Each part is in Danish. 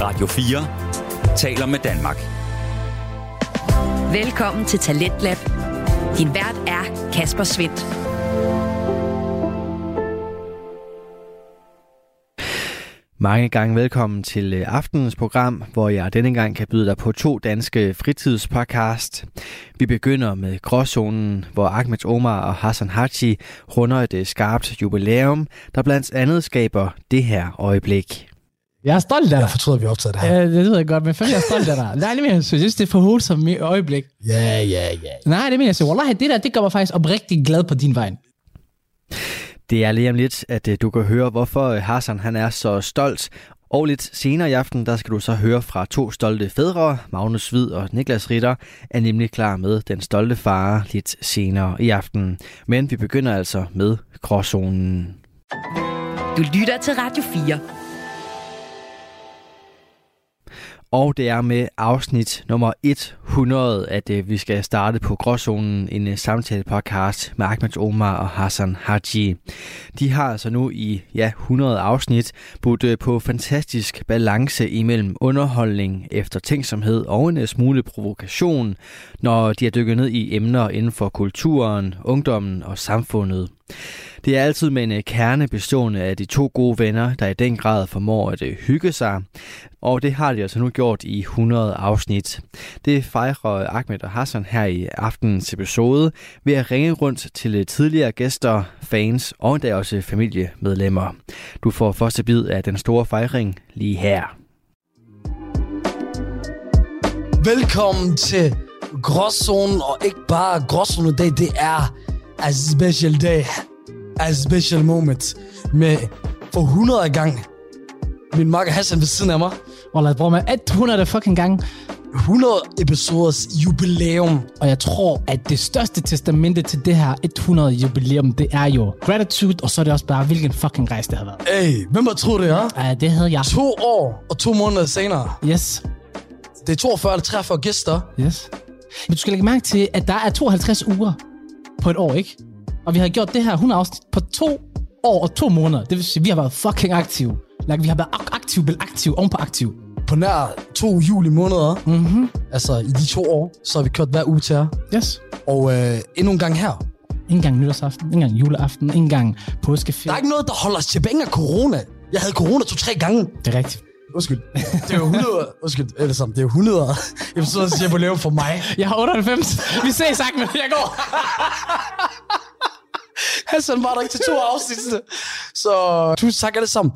Radio 4 taler med Danmark. Velkommen til Talentlab. Din vært er Kasper Svendt. Mange gange velkommen til øh, aftenens program, hvor jeg denne gang kan byde dig på to danske fritidspodcast. Vi begynder med Gråzonen, hvor Ahmed Omar og Hassan Haji runder et øh, skarpt jubilæum, der blandt andet skaber det her øjeblik. Jeg er stolt af Jeg dig. fortryder, vi optager det her. Ja, det ved jeg godt, men fandme jeg er stolt af dig. Nej, det mener jeg, seriøst. jeg synes, det er for hovedsomt i øjeblik. Ja, ja, ja. Nej, det mener jeg, så Wallahi, det der, det gør mig faktisk oprigtig glad på din vej. Det er lige om lidt, at øh, du kan høre, hvorfor øh, Hassan han er så stolt. Og lidt senere i aften, der skal du så høre fra to stolte fædre, Magnus Hvid og Niklas Ritter, er nemlig klar med den stolte far lidt senere i aften. Men vi begynder altså med Gråzonen. Du lytter til Radio 4. Og det er med afsnit nummer 100, at øh, vi skal starte på Gråzonen, en øh, samtale-podcast med Ahmed Omar og Hassan Haji. De har altså nu i ja, 100 afsnit budt øh, på fantastisk balance imellem underholdning, eftertænksomhed og en øh, smule provokation, når de har dykket ned i emner inden for kulturen, ungdommen og samfundet. Det er altid med en øh, kerne bestående af de to gode venner, der i den grad formår at øh, hygge sig, og det har de altså nu gjort i 100 afsnit. Det fejrer øh, Ahmed og Hassan her i aftenens episode ved at ringe rundt til øh, tidligere gæster, fans og endda også familiemedlemmer. Du får første bid af den store fejring lige her. Velkommen til Gråzonen, og ikke bare Gråzonen i dag, det er a special day, a special moment, med for 100 gang min makker Hassan ved siden af mig, Wallahi, bror, man, 100 fucking gange. 100 episoders jubilæum. Og jeg tror, at det største testamente til det her 100 jubilæum, det er jo gratitude, og så er det også bare, hvilken fucking rejse det har været. Hey, hvem har troet det, ja? Uh, det havde jeg. To år og to måneder senere. Yes, Det er 42 eller 43 gæster. yes. Men du skal lægge mærke til, at der er 52 uger på et år, ikke? Og vi har gjort det her 100 afsnit på to år og to måneder. Det vil sige, vi har været fucking aktive. Like, vi har været ak- aktiv, vel aktiv, oven på aktiv. På nær to juli måneder, Mhm. altså i de to år, så har vi kørt hver uge til jer. Yes. Og øh, endnu en gang her. Ingen gang nytårsaften, ingen gang juleaften, ingen gang påskeferie. Der er ikke noget, der holder os tilbage af corona. Jeg havde corona to-tre gange. Det er rigtigt. Undskyld. Det er jo 100. Undskyld. Eller sammen. Det er jo 100. Jeg forstår, at jeg lave for mig. Jeg har 98. Vi ses, Ahmed. Jeg går. Hassan var der ikke til to afsnit. Så tusind tak alle sammen.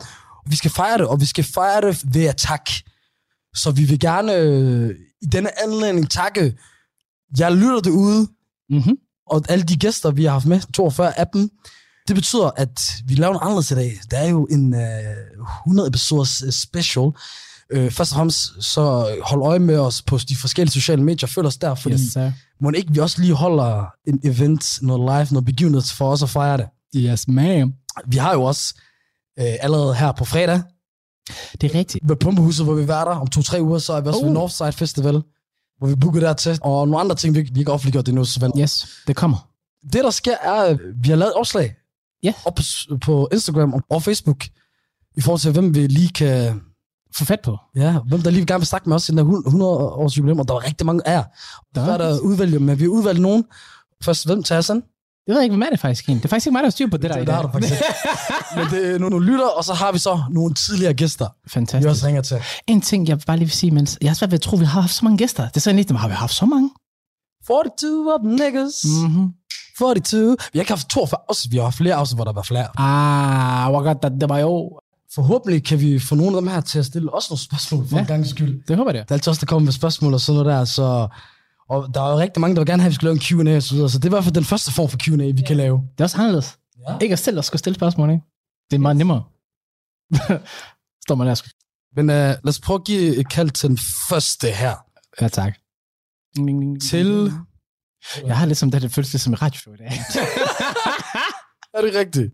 Vi skal fejre det, og vi skal fejre det ved at takke. Så vi vil gerne øh, i denne anledning takke. Jeg lytter det ude, Mhm. og alle de gæster, vi har haft med, 42 af dem. Det betyder, at vi laver noget anderledes i dag. Der er jo en øh, 100 episoders øh, special. Øh, først og fremmest, så hold øje med os på de forskellige sociale medier. Følg os der, fordi yes. sir. må ikke vi også lige holder en event, noget live, noget begivenhed for os at fejre det. Yes, ma'am. Vi har jo også øh, allerede her på fredag Det er rigtigt. ved Pumpehuset, hvor vi er der. Om to-tre uger, så er vi også uh. ved Oh. Northside Festival, hvor vi booker dertil. Og nogle andre ting, vi ikke, vi ikke har offentliggjort endnu. Så vent. Yes, det kommer. Det, der sker, er, at vi har lavet et opslag Ja. op på, s- på Instagram og- og Facebook, i forhold til, hvem vi lige kan... Få fat på. Ja, hvem der lige vil gerne vil snakke med os i den her 100-års jubilæum, og der var rigtig mange af jer. Der Der er der udvalgt, men vi har udvalgt nogen. Først, hvem tager sådan? Det ved jeg ikke, hvem er det faktisk egentlig. Det er faktisk ikke mig, der har styr på det, der i det dag. har du faktisk. ikke. men det er nogle, nogle lytter, og så har vi så nogle tidligere gæster, vi Fantastisk. også ringer til. En ting, jeg bare lige vil sige, mens jeg har svært ved at tro, at vi har haft så mange gæster. Det er sådan lidt, "Men har vi haft så mange? 42 of them niggas. Mm. Mm-hmm. 42. Vi har ikke haft 42 afsnit. Vi har haft flere afsnit, hvor der var flere. Ah, hvor godt, det, det var jo. Forhåbentlig kan vi få nogle af dem her til at stille os nogle spørgsmål for ja. Ja. en gang skyld. Det håber jeg det. Det er altid os, der kommer med spørgsmål og sådan noget der, så... Og der er jo rigtig mange, der vil gerne have, at vi skal lave en Q&A og så videre, så det er i hvert fald den første form for Q&A, vi kan lave. Det er også anderledes. Ja. Ja. Ikke at selv at skulle stille spørgsmål, ikke? Det er meget nemmere. Står man der og skulle... Men uh, lad os prøve at give et kald til den første her. Ja, tak. Ding, ding, ding, ding. Til... Jeg har lidt som det, her, det føles lidt som et radioshow i dag. Er det rigtigt?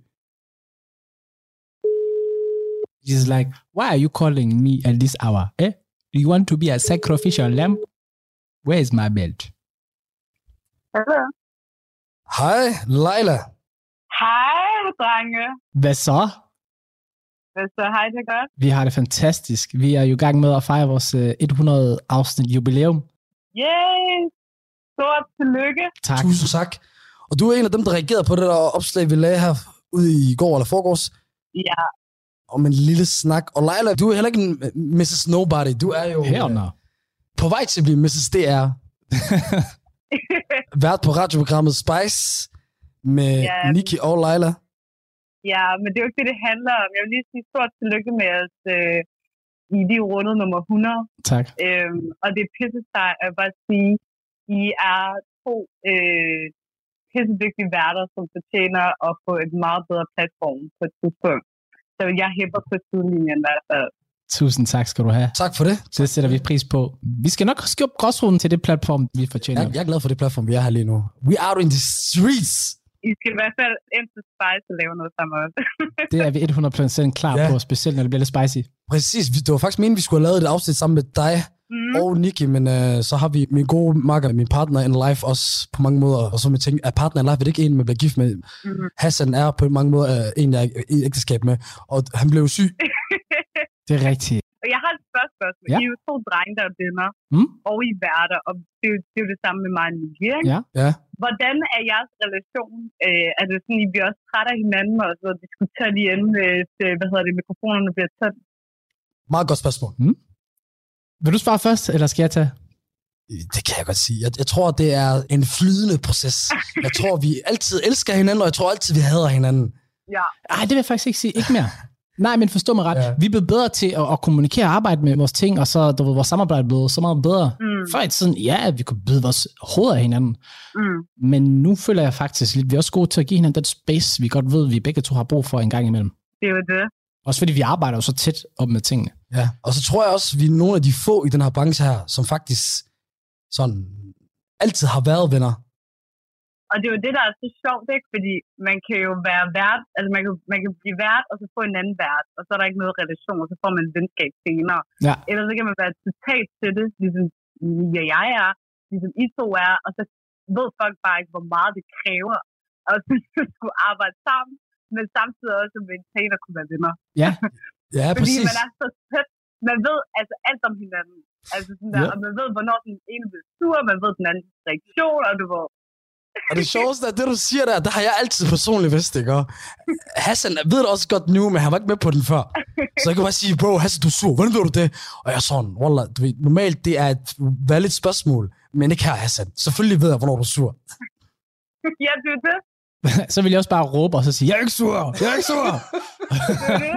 He's like, why are you calling me at this hour? Eh? You want to be a sacrificial lamb? Where is my belt? Hallo. Hej, Leila. Hej, drenge. Hvad så? Så hej, det er godt. Vi har det fantastisk. Vi er jo i gang med at fejre vores øh, 100 afsnit jubilæum. Yay! Stort tillykke. Tak. Tusind tak. Og du er en af dem, der reagerede på det der opslag, vi lagde her ude i går eller forgårs, Ja, om en lille snak. Og Leila, du er heller ikke en øh, Mrs. Nobody. Du er jo Her øh, under. på vej til at blive Mrs. DR. Vært på radioprogrammet Spice med Ja. yeah. Nikki og Leila. ja, men det er jo ikke det, det handler om. Jeg vil lige sige stort tillykke med os. Øh, I de rundet nummer 100. Tak. Øhm, og det er pisse sejt at bare sige, I er to øh, pisse dygtige værter, som fortjener at få et meget bedre platform på et tidspunkt. Så jeg hæpper på sidelinjen i hvert fald. Tusind tak skal du have. Tak for det. Det sætter vi pris på. Vi skal nok skubbe gråsruden til det platform, vi fortjener. Jeg, jeg er glad for det platform, vi er her lige nu. We are in the streets. I skal i hvert fald ind til Spice og lave noget sammen også. Det er vi 100% klar Ja. ja. på, specielt når det bliver lidt spicy. Præcis. Vi- Det var faktisk meningen, vi skulle have lavet et afsnit sammen med dig Mm. Mhm. og Nikki, men øh, så har vi min gode makker, min partner in life også på mange måder. Og så må jeg tænke, at partner in life er det ikke en, man bliver gift med. Mhm. Hassan er på mange måder øh, en, jeg er i ægteskab med. Og han blev syg. Det er rigtigt. Og jeg har et første spørgsmål. Ja. Ja. I er jo to drenge, der er venner, Mm? og I er værter, og det er, jo, det er jo det samme med mig og Nicky, ikke? Ja. Ja. Hvordan er jeres relation? Øh, er det sådan, I bliver også trætte af hinanden, og så diskuterer lige inden, hvis, øh, hvad hedder det, mikrofonerne bliver tændt? Meget godt spørgsmål. Mm. Vil du svare først, eller skal jeg tage? Øh, Det kan jeg godt sige. Jeg, jeg tror, det er en flydende proces. Jeg tror, vi altid elsker hinanden, og jeg tror altid, vi hader hinanden. Nej, det vil jeg faktisk ikke sige. Ikke mere. Nej, men forstå mig ret. Ja. Ja. Vi er blevet bedre til at, at kommunikere og arbejde med vores ting, og så du ved, vores samarbejde er blevet så meget bedre. Mm. Før i tiden, ja, vi kunne bide vores hoveder af hinanden, Mm. men nu føler jeg faktisk lidt, vi er også gode til at give hinanden den space, vi godt ved, vi begge to har brug for en gang imellem. Det er jo det. Også fordi vi arbejder jo så tæt op med tingene. Ja. Og så tror jeg også, vi er nogle af de få i den her branche her, som faktisk sådan altid har været venner. Og det er jo det, der er så sjovt, ikke? Fordi man kan jo være vært, altså man kan, man kan blive vært, og så få en anden vært, og så er der ikke noget relation, og så får man et venskab senere. Ja. Ellers så kan man være et citat til det, ligesom ja, jeg er, ligesom I to er, og så ved folk bare ikke, hvor meget det kræver, og så skulle arbejde sammen, men samtidig også maintain at kunne være venner. Ja, Fordi præcis. man er så tæt. Man ved altså alt om hinanden. Altså sådan der, Ja. og man ved, hvornår den ene bliver sur, man ved den andens reaktion, og du ved, Og det sjoveste er, det du siger der, der har jeg altid personligt vidst, ikke? Og Hassan ved det også godt nu, men han var ikke med på den før. Så jeg kan bare sige, bro, Hassan, du er sur. Hvordan ved du det? Og jeg er sådan, wallah, du ved, normalt det er et valid spørgsmål, men ikke her, Hassan. Selvfølgelig ved jeg, hvornår du er sur. ja, det er det. så vil jeg også bare råbe og så sige, jeg er ikke sur, jeg er ikke sur. det, er det.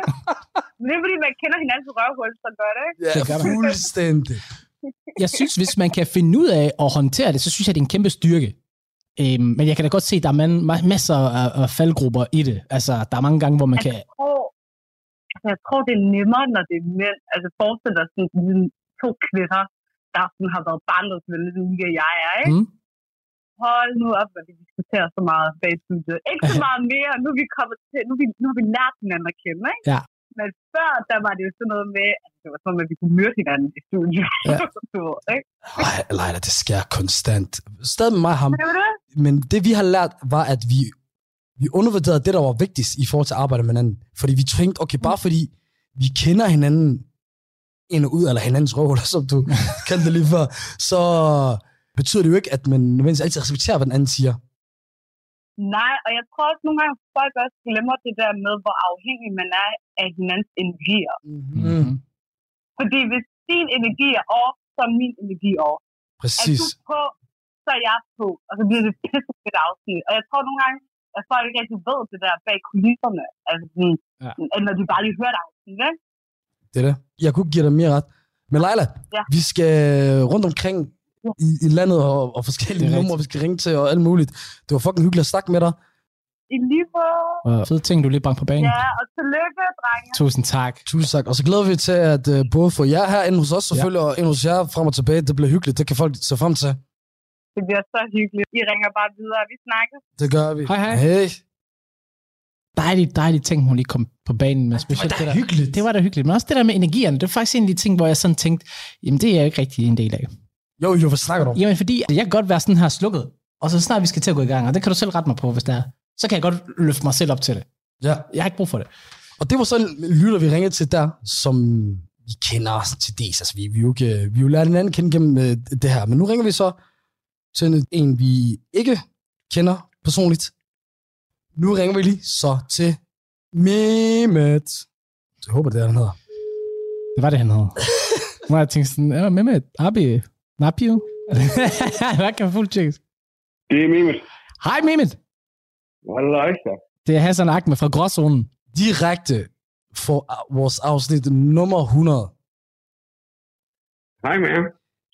Men det er fordi, man kender hinanden på røvhul så godt, ikke? Ja, Det gør man. fuldstændig. jeg synes, hvis man kan finde ud af at håndtere det, så synes jeg, det er en kæmpe styrke. Øhm, men jeg kan da godt se, at der er man, ma- masser af, af faldgrupper i det. Altså, der er mange gange, hvor man kan... Jeg tror, altså, jeg tror, det er nemmere, når det er mænd. Altså forestil dig sådan, sådan to kvinder, der sådan har været barndomsvenner, ligesom Mika og jeg er, ikke? Mm. Hold nu op, når vi diskuterer så meget bag studiet. Ikke så meget mere, nu er vi, kommet til, nu er vi, nu er vi lært hinanden at kende, ikke? Ja. Men før, der var det jo sådan noget med, at det var sådan, at vi kunne myrde hinanden i studiet. Ja. Ja. du ved, ikke? Ej, Leila, det sker konstant. Stadig med mig og ham. Det var det. Men det, vi har lært, var, at vi, vi undervurderede det, der var vigtigst i forhold til at arbejde med hinanden. Fordi vi tænkte, okay, bare fordi vi kender hinanden ind og ud, eller hinandens røvhuller, som du kaldte det lige før, så betyder det jo ikke, at man nødvendigvis altid respekterer, hvad den anden siger. Nej, og jeg tror også nogle gange, at folk også glemmer det der med, hvor afhængig man er af hinandens energier. Mm. Fordi hvis din energi er off, så er min energi off. Er Præcis. du på, så er jeg på. Og så bliver det pisse fedt afsnit. Og jeg tror nogle gange, at folk ikke rigtig ved det der bag kulisserne. Altså, sådan, Ja. ja. når de bare lige hører dig. Ikke? Det er det. Jeg kunne ikke give dig mere ret. Men Leila, Ja. vi skal rundt omkring i, i landet og, og forskellige Det er numre, vi skal ringe til og alt muligt. Det var fucking hyggeligt at snakke med dig. I lige måde. Og fede ting, du lige bragte på banen. Ja, og tillykke, drenge. Tusind tak. Tusind tak. Og så glæder vi til, at øh, både få jer her ind hos os selvfølgelig, ja. og ind hos jer frem og tilbage. Det bliver hyggeligt. Det kan folk se frem til. Det bliver så hyggeligt. I ringer bare videre. Vi snakkes. Det gør vi. Hej, hej. Hey. Dejligt, dejligt ting, hun lige kom på banen med. Specielt det, der, hyggeligt. det var da hyggeligt. Men også det der med energierne, det var faktisk en af de ting, hvor jeg sådan tænkte, jamen det er jeg ikke rigtig en del af. Jo, jo, hvad snakker du om? Jamen fordi, jeg kan godt være sådan her slukket, og så snart vi skal til at gå i gang, og det kan du selv rette mig på, hvis det er, så kan jeg godt løfte mig selv op til det. Ja. Jeg har ikke brug for det. Og det var så en lytter, vi ringede til der, som vi kender til dels. Altså, vi, vi, er jo ikke, vi er jo lært hinanden kende gennem øh, det her. Men nu ringer vi så til en, en, vi ikke kender personligt. Nu ringer vi lige så til Mehmet. Jeg håber, det er, den hedder. Det var det, han hed. Hvor jeg tænkte sådan, ja, med med et abi, napio. Hvad kan fuldt tjekkes? Det er Mimit. Hej Mehmet, Halløj, så. det er Hassan Ahmed fra Gråzonen. Direkte for uh, vores afsnit nummer 100. Hej med jer.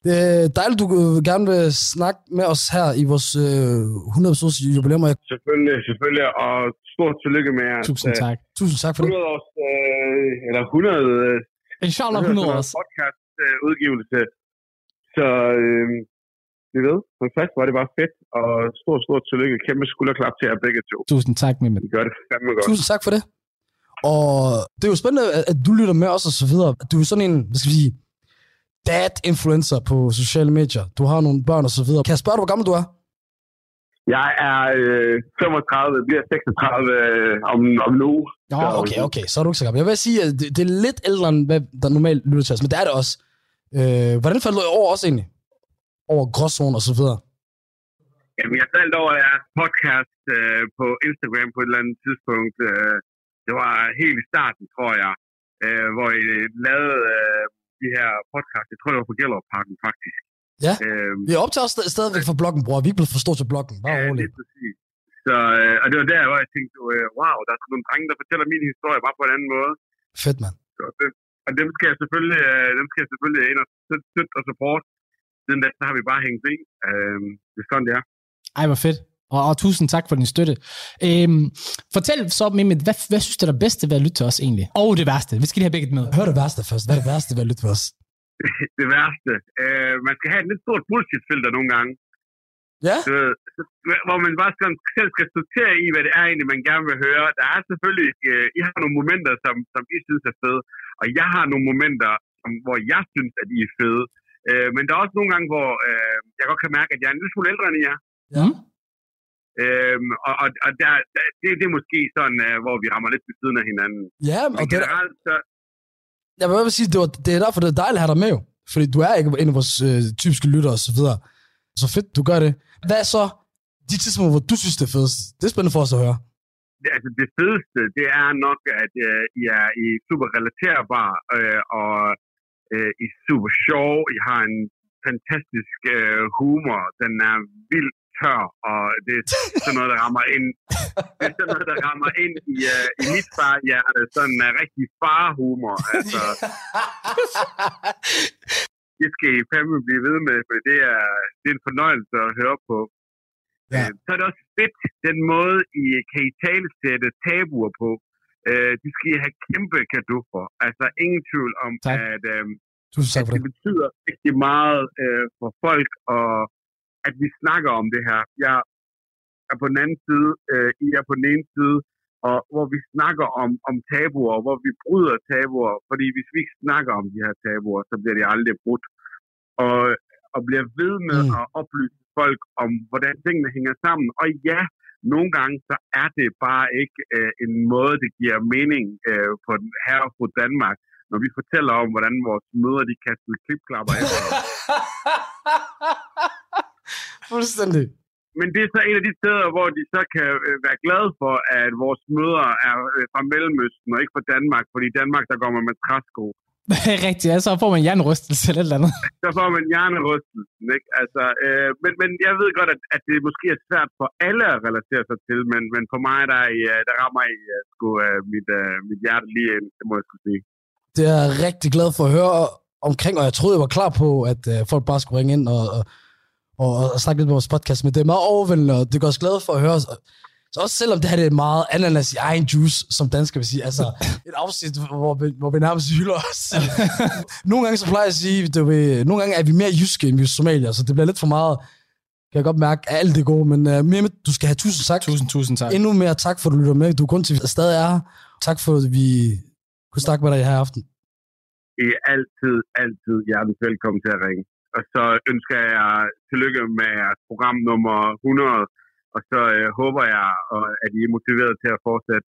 Det er dejligt, du øh, gerne vil snakke med os her i vores øh, 100 episodes jubilæum. og jeg- Selvfølgelig, selvfølgelig. Og stort tillykke med jeres Tusind øh, tak. Tusind tak for det. 100 års, øh, eller 100, øh, Inshallah 100 hvad hedder sådan noget, også. podcast øh, udgivelse. Så øh, det ved, men først var det bare fedt, og stort, stort tillykke. Kæmpe skulderklap til jer begge to. Tusind tak, Mehmet. I gør det fandme godt. Tusind tak for det. Og det er jo spændende, at, at du lytter med os og så videre. Du er sådan en, hvad skal vi sige, dad-influencer på sociale medier. Du har nogle børn og så videre. Kan jeg spørge dig, hvor gammel du er? Jeg er øh, 35, bliver 36 øh, om, om nu. Nå, Ja, okay, okay. Så er du ikke så gammel. Jeg vil sige, at det, det er lidt ældre, end hvad der normalt lytter til os, men det er det også. Øh, hvordan faldt du over os egentlig? Over gråzonen og så videre. Jamen, jeg faldt over jeres podcast øh, på Instagram på et eller andet tidspunkt. Øh, det var helt i starten, tror jeg, øh, hvor I lavede øh, de her podcast. Jeg tror, det var på Gellerparken, faktisk. Ja. Øh, Vi er optaget stadig, stadigvæk fra bloggen, bror. Vi er ikke blevet for stor til bloggen. Bare ja, roligt. lige præcis. Så, øh, og det var der, hvor jeg tænkte, øh, wow, der er sådan nogle drenge, der fortæller min historie bare på en anden måde. Fedt, mand. Så det, og dem skal jeg selvfølgelig, øh, dem skal jeg selvfølgelig ind og støtte- støtte og support. Siden da, så har vi bare hængt i. Øh, det er sådan, det er. Ej, hvor fedt. Og, og tusind tak for din støtte. Øhm, fortæl så, Mehmet, hvad, hvad synes du er det bedste ved at lytte til os egentlig? Og det værste. Vi skal lige have begge med. Hør det værste først. Hvad er det værste ved at lytte til os? det værste. Øh, man skal have et lidt stort bullshit-filter nogle gange. Ja. Du ved, så- hvor man bare sådan selv skal sortere i, hvad det er egentlig, man gerne vil høre. Der er selvfølgelig, øh, I har nogle momenter, som, som I synes er fede, og jeg har nogle momenter, som, hvor jeg synes, at I er fede. Øh, men der er også nogle gange, hvor øh, jeg godt kan mærke, at jeg er en lille smule ældre end jer. Ja. Hm? Øhm, og og, og der, der, det, det er måske sådan, øh, hvor vi rammer lidt ved siden af hinanden. Ja, Men og det, er- generelt, så, jeg vil bare sige, det, var, det er derfor, det er dejligt at have dig med jo. Fordi du er ikke en af vores øh, typiske lyttere og så videre. Så fedt, du gør det. Hvad er så de tidspunkter, hvor du synes, det er fedest? Det er spændende for os at høre. det- altså det fedeste, det er nok, at øh, I er I er super relaterbar, øh, og øh, I er super sjov. I har en fantastisk øh, humor. Den er vildt tør, og det er sådan noget, der rammer ind. Det er sådan noget, der rammer ind i, øh, i mit farhjerte. Sådan en rigtig farhumor. Altså, det skal I fandme blive ved med, for det er, det er en fornøjelse at høre på. Ja. Ja. Øh, Så er det også fedt, den måde, I kan i tale sætte tabuer på. Øh, de skal I have kæmpe kado for. Altså ingen tvivl om, Tak. at, øh, Tusind tak at for det det. betyder rigtig meget øh, for folk, og at vi snakker om det her. Jeg er på den anden side, øh, I er på den ene side, og hvor vi snakker om, om tabuer, hvor vi bryder tabuer, fordi hvis vi ikke snakker om de her tabuer, så bliver de aldrig brudt. Og, og bliver ved med Mm. mm. at oplyse folk om, hvordan tingene hænger sammen. Og ja, nogle gange så er det bare ikke øh, en måde, det giver mening øh, på den her på Danmark, når vi fortæller om, hvordan vores møder de kastede klipklapper af. Fuldstændig. Men det er så en af de steder, hvor de så kan øh, være glade for, at vores møder er øh, fra Mellemøsten og ikke fra Danmark, fordi i Danmark, der går man med træsko. Rigtigt, ja, så får man jernrystelse eller et eller andet. Der får man hjernerystelsen, ikke? Altså, øh, men, men jeg ved godt, at, at det måske er svært for alle at relatere sig til, men, men for mig, der, er I, øh, der rammer I uh, sgu, uh, mit, uh, mit hjerte lige ind, det må jeg skulle sige. Det er jeg rigtig glad for at høre omkring, og jeg troede, jeg var klar på, at øh, folk bare skulle ringe ind og, og, og, og snakke lidt med vores podcast, men det er meget overvældende, og det gør os glade for at høre. Så også selvom det her det er meget ananas i egen juice, som dansker vil sige, altså et afsnit, hvor vi, hvor vi nærmest hylder os. nogle gange så plejer jeg at sige, det vil, nogle gange er vi mere jyske, end vi er somalier, så det bliver lidt for meget, kan jeg godt mærke, af alt det gode, men uh, Mehmet, du skal have tusind tak. Tusind, tusind tak. Endnu mere tak for, at du lytter med. Du er grund til, at vi stadig er her. Tak for, at vi kunne snakke med dig her i aften. I er altid, altid hjertens velkommen til at ringe. Og så ønsker jeg jer tillykke med jeres program nummer 100, og så øh, håber jeg, og, at I er motiveret til at fortsætte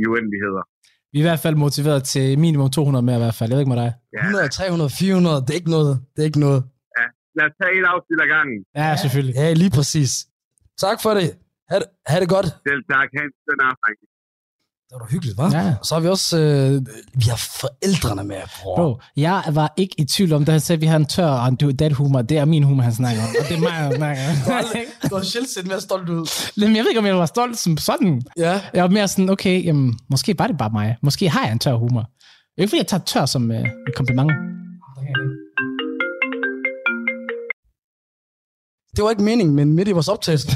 i uendeligheder. Vi er i hvert fald motiveret til minimum 200 mere i hvert fald. Jeg ved ikke med dig. Ja. 100, 300, 400, det er ikke noget. Det er ikke noget. Lad os tage et afsnit ad gangen. Ja, ja. selvfølgelig. Ja, lige præcis. Tak for det. Ha det, ha det godt. Selv tak. Ha' en skøn aften. Det var da hyggeligt, hva'? Ja. Og så har vi også... Øh, vi har forældrene med, bror. Bro, jeg var ikke i tvivl om, da han sagde, at vi har en tør og en dad humor. Det er min humor, han snakker om. Og det er mig, han snakker om. Du har aldrig- Du har sjældent set mere stolt ud. Jamen, jeg ved ikke, om jeg var stolt som sådan. Ja. Jeg var mere sådan, okay, jamen, måske var det bare mig. Måske har jeg en tør humor. Det er ikke, fordi jeg tager tør som øh, et kompliment. Det var ikke meningen, men midt i vores optagelse,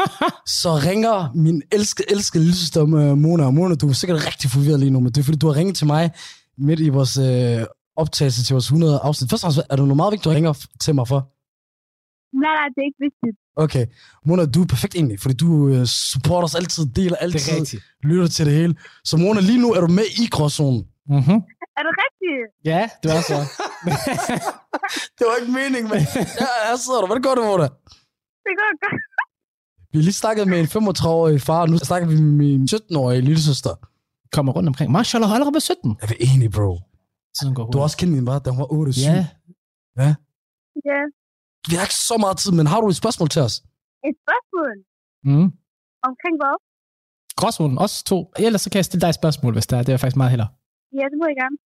så ringer min elskede, elskede lillesøster øh, Mona. Og Mona, du er sikkert rigtig forvirret lige nu, men det er fordi, du har ringet til mig midt i vores øh, optagelse til vores 100 afsnit. Først og fremmest, er der noget meget vigtigt, du ringer f- til mig for? Nej, nej, det er ikke vigtigt. Okay. Mona, du er perfekt egentlig, fordi du øh, supporter os altid, deler altid, rigtigt. lytter til det hele. Så Mona, lige nu er du med i gråzonen. Mm-hmm. Er det rigtigt? Ja, det var så. Det var ikke meningen, men ja, her sidder du. Hvordan går det, Mona? Det går godt. Vi har lige snakket med en 35-årig far, og nu snakker vi med min 17-årige lillesøster. Kommer rundt omkring. Marshall har allerede været 17. Jeg vil egentlig, bro. Sådan går Du har også kendt min bare, da hun var 8 Ja. Ja. Vi har ikke så meget tid, men har du et spørgsmål til os? Et spørgsmål Mm. omkring hvad? Gråzonen, også to. Ellers så kan jeg stille dig et spørgsmål, hvis der er. Det er jeg faktisk meget hellere. Ja, det må jeg gerne.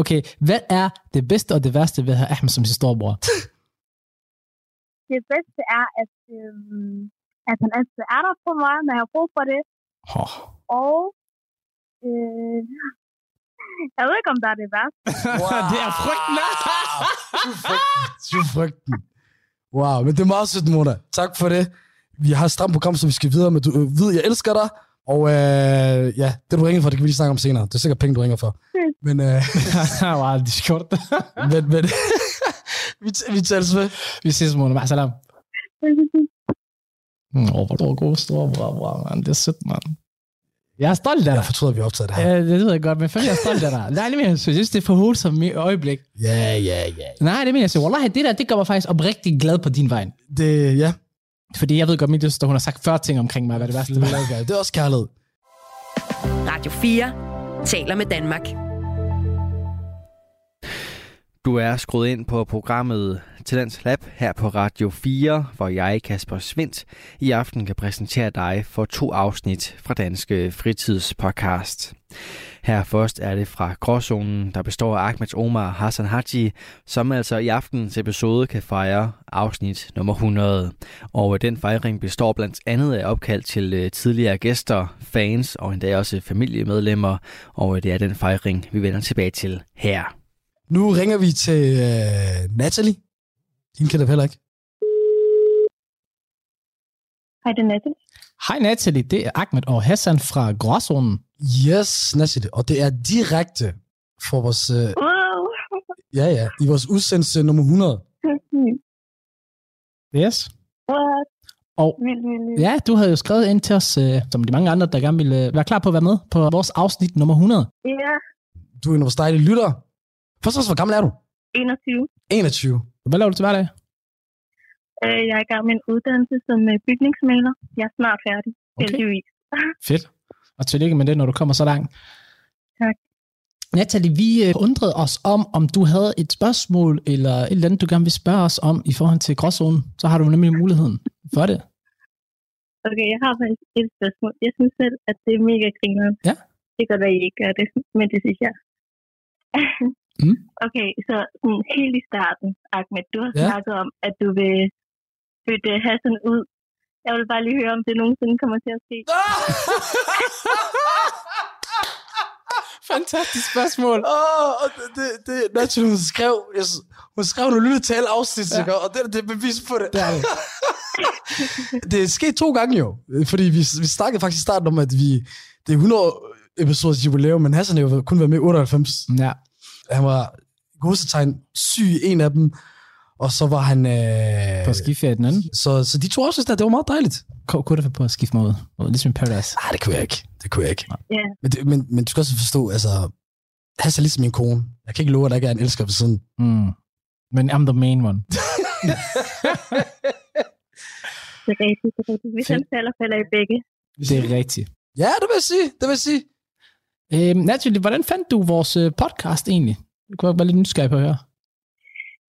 Okay, hvad er det bedste og det værste ved at have Ahmed som sin storebror? Det bedste er, at, øhm, at han altid er der for mig, når jeg har brug for det. Oh. Og øh, jeg ved ikke, om der er det værste. Wow. det er frygten. Syv frygten. Wow, men det er meget sødt, Mona. Tak for det. Vi har et stramt program, så vi skal videre, men du øh, ved, jeg elsker dig. Og øh, ja, det du ringer for, det kan vi lige snakke om senere. Det er sikkert penge, du ringer for. Men, øh, wow, det er skjort. men, men vi, t- vi tales ved. Vi ses, Mona. Bare salam. Åh, oh, hvor du er god storebror, bror, mand. Det er sødt, mand. Jeg er stolt af Jeg dig. fortryder, at vi har optaget det her. Ja, det ved jeg godt, men fandme, jeg er stolt af dig. Nej, det mener jeg, så. jeg synes, det er for hovedsomt i øjeblik. Ja, ja, ja. Nej, det mener jeg, så. Wallahi, det der, det gør mig faktisk oprigtig glad på din vej. Det, ja. Fordi jeg ved godt, min søster, hun har sagt 40 ting omkring mig, hvad det værste Det, var. er okay. det er også kærlighed. Radio 4 taler med Danmark. Du er skruet ind på programmet Talents Lab her på Radio 4, hvor jeg, Kasper Svindt, i aften kan præsentere dig for to afsnit fra Danske Fritidspodcast. Her først er det fra Gråzonen, der består af Ahmed Omar og Hassan Haji, som altså i aftens episode kan fejre afsnit nummer 100. Og den fejring består blandt andet af opkald til øh, tidligere gæster, fans og endda også familiemedlemmer, og øh, det er den fejring, vi vender tilbage til her. Nu ringer vi til øh, Natalie. Hende kender vi heller ikke. Hej, det er Natalie. Hej Natalie, det er Ahmed og Hassan fra Gråzonen. Yes, Natalie. Og det er direkte for vores, øh, Wow. ja, ja, i vores udsendelse nummer 100. Det er fint. Yes. What? Og Vildt, vildt, vildt. Oh. ja, du havde jo skrevet ind til os, øh, som de mange andre, der gerne ville øh, være klar på at være med på vores afsnit nummer 100. Ja, Du er en af vores dejlige lyttere. Først og fremmest, hvor gammel er du? 21. 21. Hvad laver du til hverdag? Øh, jeg er i gang med en uddannelse som øh, bygningsmaler. Jeg er snart færdig. Okay. Heldigvis. Fedt. Og tillykke med det, når du kommer så langt. Tak. Natalie, vi øh, undrede os om, om du havde et spørgsmål eller et eller andet, du gerne vil spørge os om i forhold til gråzonen. Så har du nemlig muligheden for det. Okay, jeg har faktisk et spørgsmål. Jeg synes selv, at det er mega grineren. Ja. Det kan godt være, I ikke gør det, men det synes jeg. Mm. Okay, så mm, helt i starten, Ahmed, du har Ja. ja. snakket om, at du vil bytte Hassan ud. Jeg vil bare lige høre, om det nogensinde kommer til at ske. Ah! Fantastisk spørgsmål. Åh, og det, det, det Natalie, hun skrev, jeg, s- hun skrev, hun lyttede til alle afsnit, Ja. ja. og det, det er bevis på det. Det er det. Det er sket to gange jo, fordi vi, vi snakkede faktisk i starten om, at vi, det er 100 episoders jubilæum, men Hassan har jo kun været med i 98. Ja. han var godsetegn syg i en af dem, og så var han... Øh, På skiferie den anden. så, så de to afsnit der, det var meget dejligt. Kunne kunne du finde på at skifte mig ud? Ligesom i Paradise. Nej, Ah, det kunne jeg ikke. Det kunne jeg ikke. Ja. Men, det, men, men du skal også forstå, altså... Hasse er ligesom min kone. Jeg kan ikke love, at der ikke er en elsker ved siden. Mm. Men I'm the main one. Det er rigtigt, det er rigtigt. Hvis Fedt. han falder, falder I begge. Det er rigtigt. Ja, det vil jeg sige. Det vil jeg sige. Øhm, Natalie, hvordan fandt du vores øh, podcast egentlig? Det kunne jeg være lidt nysgerrig på at høre.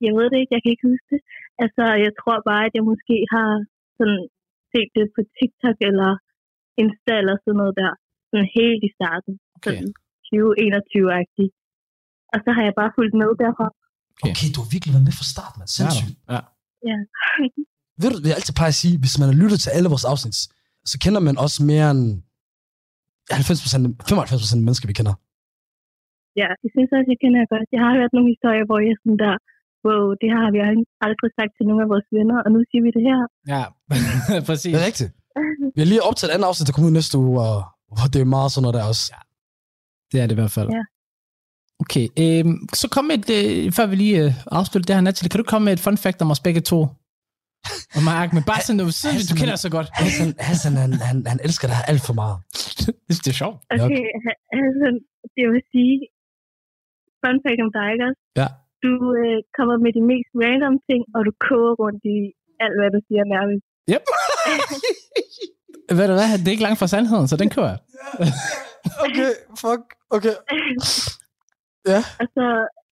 Jeg ved det ikke, jeg kan ikke huske det. Altså, jeg tror bare, at jeg måske har sådan set det på TikTok eller Insta eller sådan noget der. Sådan helt i starten. Okay. Sådan 2021-agtig. Og så har jeg bare fulgt med derfra. Okay. Okay, du har virkelig været med fra start, mand. Sindssygt. Ja, ja. Ved du, hvad jeg altid plejer at sige? Hvis man har lyttet til alle vores afsnit, så kender man også mere end 90%, 95% af mennesker, vi kender. Ja, det synes også, jeg kender jeg godt. Jeg har hørt nogle historier, hvor jeg sådan der, wow, det har vi aldrig sagt til nogle af vores venner, og nu siger vi det her. Ja, præcis. Det er rigtigt. Vi har lige optaget et andet afsnit, der kommer ud næste uge, og og det er meget sådan noget der også. Det er det i hvert fald. Ja. Okay, øhm, så kom med et, øh, før vi lige øh, afslutter det her, Natalie, kan du komme med et fun fact om os begge to? Og mig og Ahmed, bare sådan noget, siden du kender os så godt. Hassan, Hassan han, han, han elsker det her alt for meget. Det, det er sjovt. Okay, altså, det vil sige, fun fact om dig, ikke også? Ja. Du øh, kommer med de mest random ting, og du koger rundt i alt, hvad du siger nærmest. Ved du hvad, det er ikke langt fra sandheden, så den kører jeg. Okay, fuck. Okay. Og så,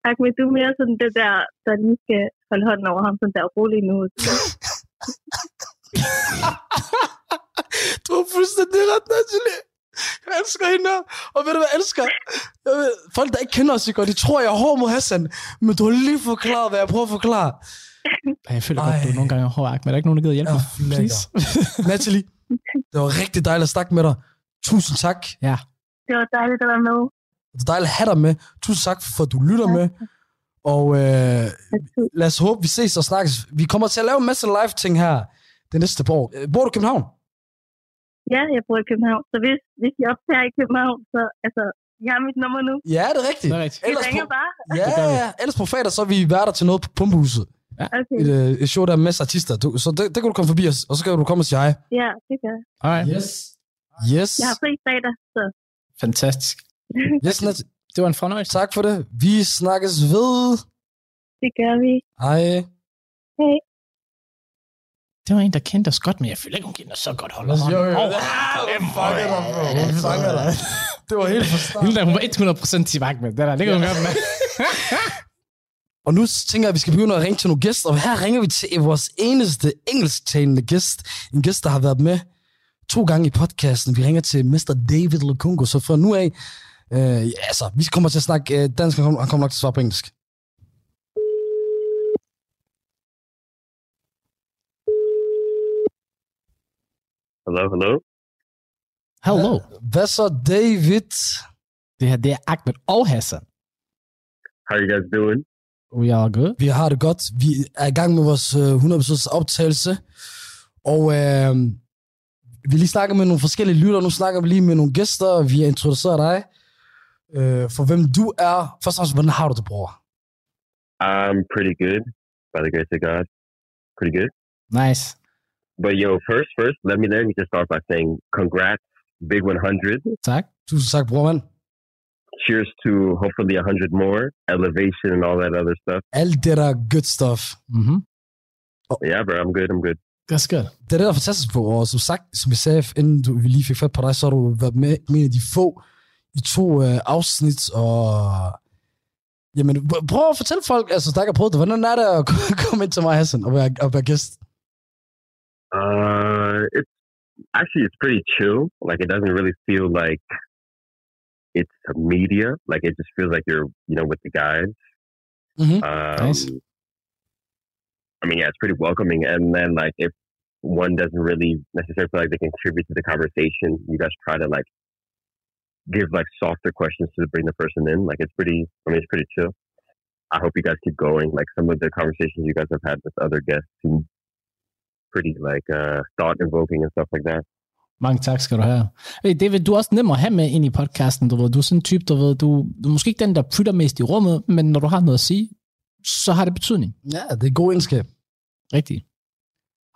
Ahmed, du er mere sådan det der, der lige skal holde hånden over ham, sådan der rolig nu. Du har fuldstændig ret, Natalie. Jeg elsker hende, og ved du hvad jeg elsker? Jeg ved, folk, der ikke kender os, ikke? og de tror, jeg er hård mod Hassan, men du har lige forklaret, hvad jeg prøver at forklare. Ej, Jeg føler godt, Ej. du nogle gange er hård, Ahmed. Er der ikke nogen, der gider hjælpe Ja, mig? lækker. Please. Natalie, det var rigtig dejligt at snakke med dig. Tusind tak. Det var dejligt at være med. Det er dejligt at have dig med. Tusind tak, for at du lytter med. Og øh, lad os håbe, vi ses og snakkes. Vi kommer til at lave en masse live-ting her det næste par år. Øh, Bor du i København? Ja, jeg bor i København, så hvis, hvis jeg optager i København, så altså, jeg har mit nummer nu. Ja, det er rigtigt. Det er rigtigt. Jeg Ellers på, ringer bare. ja, Det gør vi. ja, ellers på fredag, så er vi værter til noget på Pumpehuset. Okay, et, øh, et show, der er masser af artister. Du, så det, det kan du komme forbi os, og så kan du komme og sige hej. ja, det gør jeg. Alright. Yes. Yes. Jeg har fri fredag, så Fantastisk. Yes, Nat. Det var en fornøjelse. Tak for det. Vi snakkes ved. det gør vi. Hej. Det var en, der kendte os godt, men jeg føler ikke, hun kendte os så godt. Hold Altså, hånden over. Det var helt for Hende der, hun var 100% til Ahmed. Det der, det kan hun godt med. Og nu tænker jeg, at vi skal begynde at ringe til nogle gæster. Og her ringer vi til vores eneste engelsktalende gæst. En gæst, der har været med to gange i podcasten. Vi ringer til Mr. David Lukungo. Så fra nu af, øh, ja, altså, vi kommer til at snakke øh, dansk. Han kommer- han kommer nok til at svare på engelsk. Hello, hello. Hello. Hvad så, David? Det her, det er Ahmed og Hassan. How you guys doing? We are good. Vi har det godt. Vi er i gang med vores øh, 100 episodes optagelse. Og øh, vi har lige snakker med nogle forskellige lytter. Nu snakker vi lige med nogle gæster. og Vi har introduceret dig. Øh, for hvem du er. Først og fremmest, hvordan har du det, bror? I'm pretty good, by the grace of God. Pretty good. Nice. But yo, first, first, let me let me just start by saying congrats, big 100. Tak. Tusind tak, bror, mand. Cheers to hopefully 100 more, elevation and all that other stuff. Alt det, der er good stuff. Mm-hmm. Yeah, bro, I'm good. I'm good. That's good. Det er det, der er fantastisk på. Og som sagt, som jeg sagde, inden du, vi lige fik fat på dig, så har du været med med en af de få i to øh, afsnit. Og Jamen, pr- prøv at fortælle folk, altså, der ikke har prøvet det. Hvordan er det at komme ind til mig, Hassan, og være, og være gæst? Uh, it's actually it's pretty chill. Like it doesn't really feel like it's a media. Like it just feels like you're you know with the guys. Mhm. Um, Nice. I mean, yeah, it's pretty welcoming. And then like if one doesn't really necessarily feel like they contribute to the conversation, you guys try to like give like softer questions to bring the person in. Like it's pretty. I mean, it's pretty chill. I hope you guys keep going. Like some of the conversations you guys have had with other guests seem pretty like uh thought invoking and stuff like that. Mange tak skal du have. Hey David, du er også nem at have med ind i podcasten. Du, ved, du er sådan en type, du, ved, du, du er måske ikke den, der prytter mest i rummet, men når du har noget at sige, så har det betydning. Ja, det er god egenskab. Rigtigt.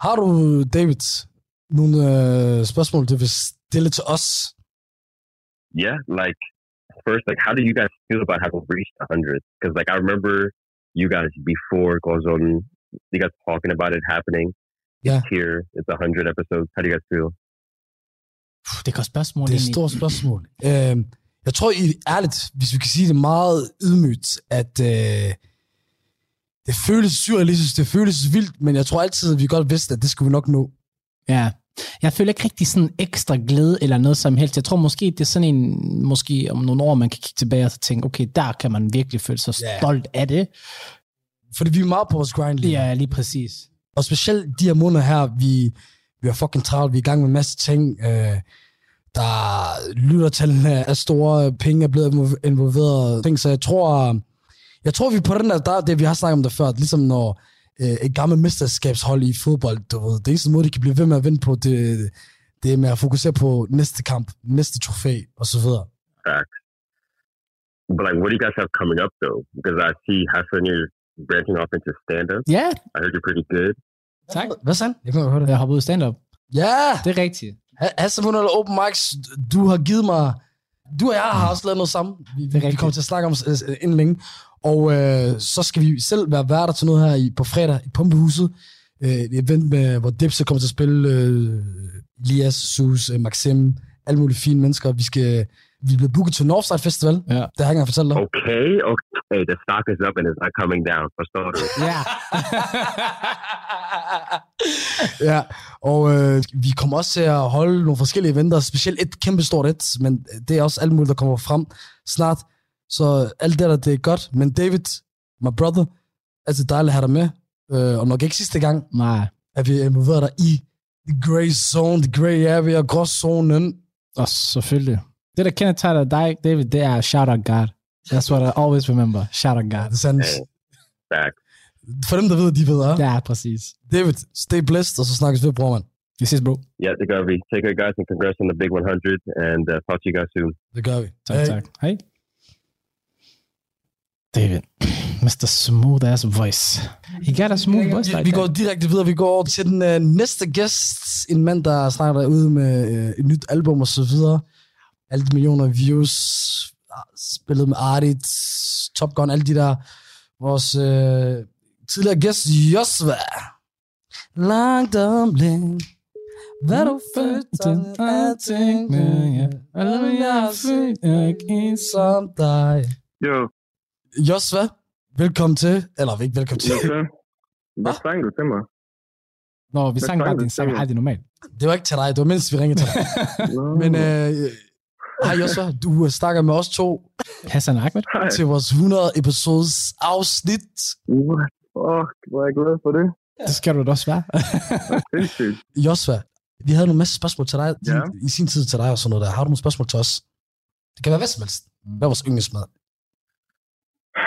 Har du, David, nogle øh, spørgsmål, du vil stille til os? Yeah, like first, like how do you guys feel about having reached hundred? Because like I remember you guys before Gozon, you guys talking about it happening. Yeah. It's here. It's hundred episodes. How do you guys feel? Puh, det er et godt spørgsmål. Det er et egentlig. stort spørgsmål. Øh, Jeg tror i, ærligt, hvis vi kan sige det meget ydmygt, at øh, det føles surrealistisk, det føles vildt, men jeg tror altid, at vi godt vidste, at det skulle vi nok nå. Ja. Jeg føler ikke rigtig sådan ekstra glæde eller noget som helst. Jeg tror måske, det er sådan en, måske om nogle år, man kan kigge tilbage og så tænke, okay, der kan man virkelig føle sig Ja. stolt af det. Fordi vi er meget på vores grind lige. nu. Ja, lige præcis. Og specielt de her måneder her, vi, vi er fucking travlt, vi er i gang med en masse ting. Øh, der lyttertallene er store, penge er blevet involveret. og Ting, så jeg tror, jeg tror vi er på den der, der det vi har snakket om det før, ligesom når øh, et gammelt mesterskabshold i fodbold, du ved, det eneste måde, de kan blive ved med at vinde på, det, det er med at fokusere på næste kamp, næste trofæ og så videre. Facts. But like, what do you guys have coming up though? Because I see Hassan you're branching off into stand up. Ja, I heard you're pretty good. tak. Hvad sagde han? Jeg kan godt høre det. Jeg har ud stand-up. Ja! Det er rigtigt. Ha- Hassan Hunde eller Open Mics, du har givet mig... Du og jeg har også lavet noget sammen. Vi, Mm. er vi, vi rigtigt. kommer til at snakke om øh, øh, inden længe. Og øh, så skal vi selv være værter til noget her i, på fredag i Pumpehuset. Øh, et event, med, hvor Dipse kommer til at spille øh, Elias, Sus, øh, Maxim, alle mulige fine mennesker. Vi skal vi er blevet booket til Northside Festival. Det Ja. har jeg ikke engang fortalt dig. Oh. Okay, okay. The stock is up and it's not coming down for starters. Ja. Ja, og øh, vi kommer også til at holde nogle forskellige eventer, specielt et kæmpestort et, men det er også alt muligt, der kommer frem snart. Så alt det der, det er godt. Men David, my brother, altid dejligt at have dig med. Øh, og nok ikke sidste gang, Nej. at vi involverede dig i the grey zone, the grey area, gråzonen. Og selvfølgelig. Det, der kendetegner dig, David, det er shout out God. That's what I always remember. Shout out Ja, God. det er sandt. Hey, facts. For dem, der ved, de ved, ja. Ja, præcis. David, stay blessed, og så snakkes vi, bror, mand. Vi ses, bro. Yeah, the Garvey. Take care, guys, and congrats on the big 100. And uh, talk to you guys soon. Det gør vi. Tak, hey. tak. Hej. David. Mr. Smooth Ass Voice. He got a smooth voice like Vi that. går direkte videre. Vi går over til den øh, næste gæst. En mand, der snakker derude med øh, et nyt album og så videre. Alle de millioner views. Ah, Spillet med Artit, Top Gun, alle de der. Vores øh, tidligere gæst, Josva. Langt om længe. Hvad du følte, alting. Ja. Alle, hvad jeg har følt, jeg kan som dig. Jo, Josva, velkommen til. Eller ikke velkommen til. jo så. Hvad snakker du til mig? Nå, vi sang sang bare vi? din sang, Sang vi? har det normalt. Det var ikke til dig, det var mindst, vi ringede til dig. Nå. Men øh, hej Joshua, du øh, snakker med os to Hassan og Ahmed. Hej. til vores 100 episodes afsnit. What? Fuck, hvor er jeg glad for det. Det skal du da også være. Sindssygt. Joshua, vi havde nogle masse spørgsmål til dig Ja. i sin tid til dig og sådan noget der. Har du nogle spørgsmål til os? Det kan være hvad som helst. Hvad er vores yndlingsmad?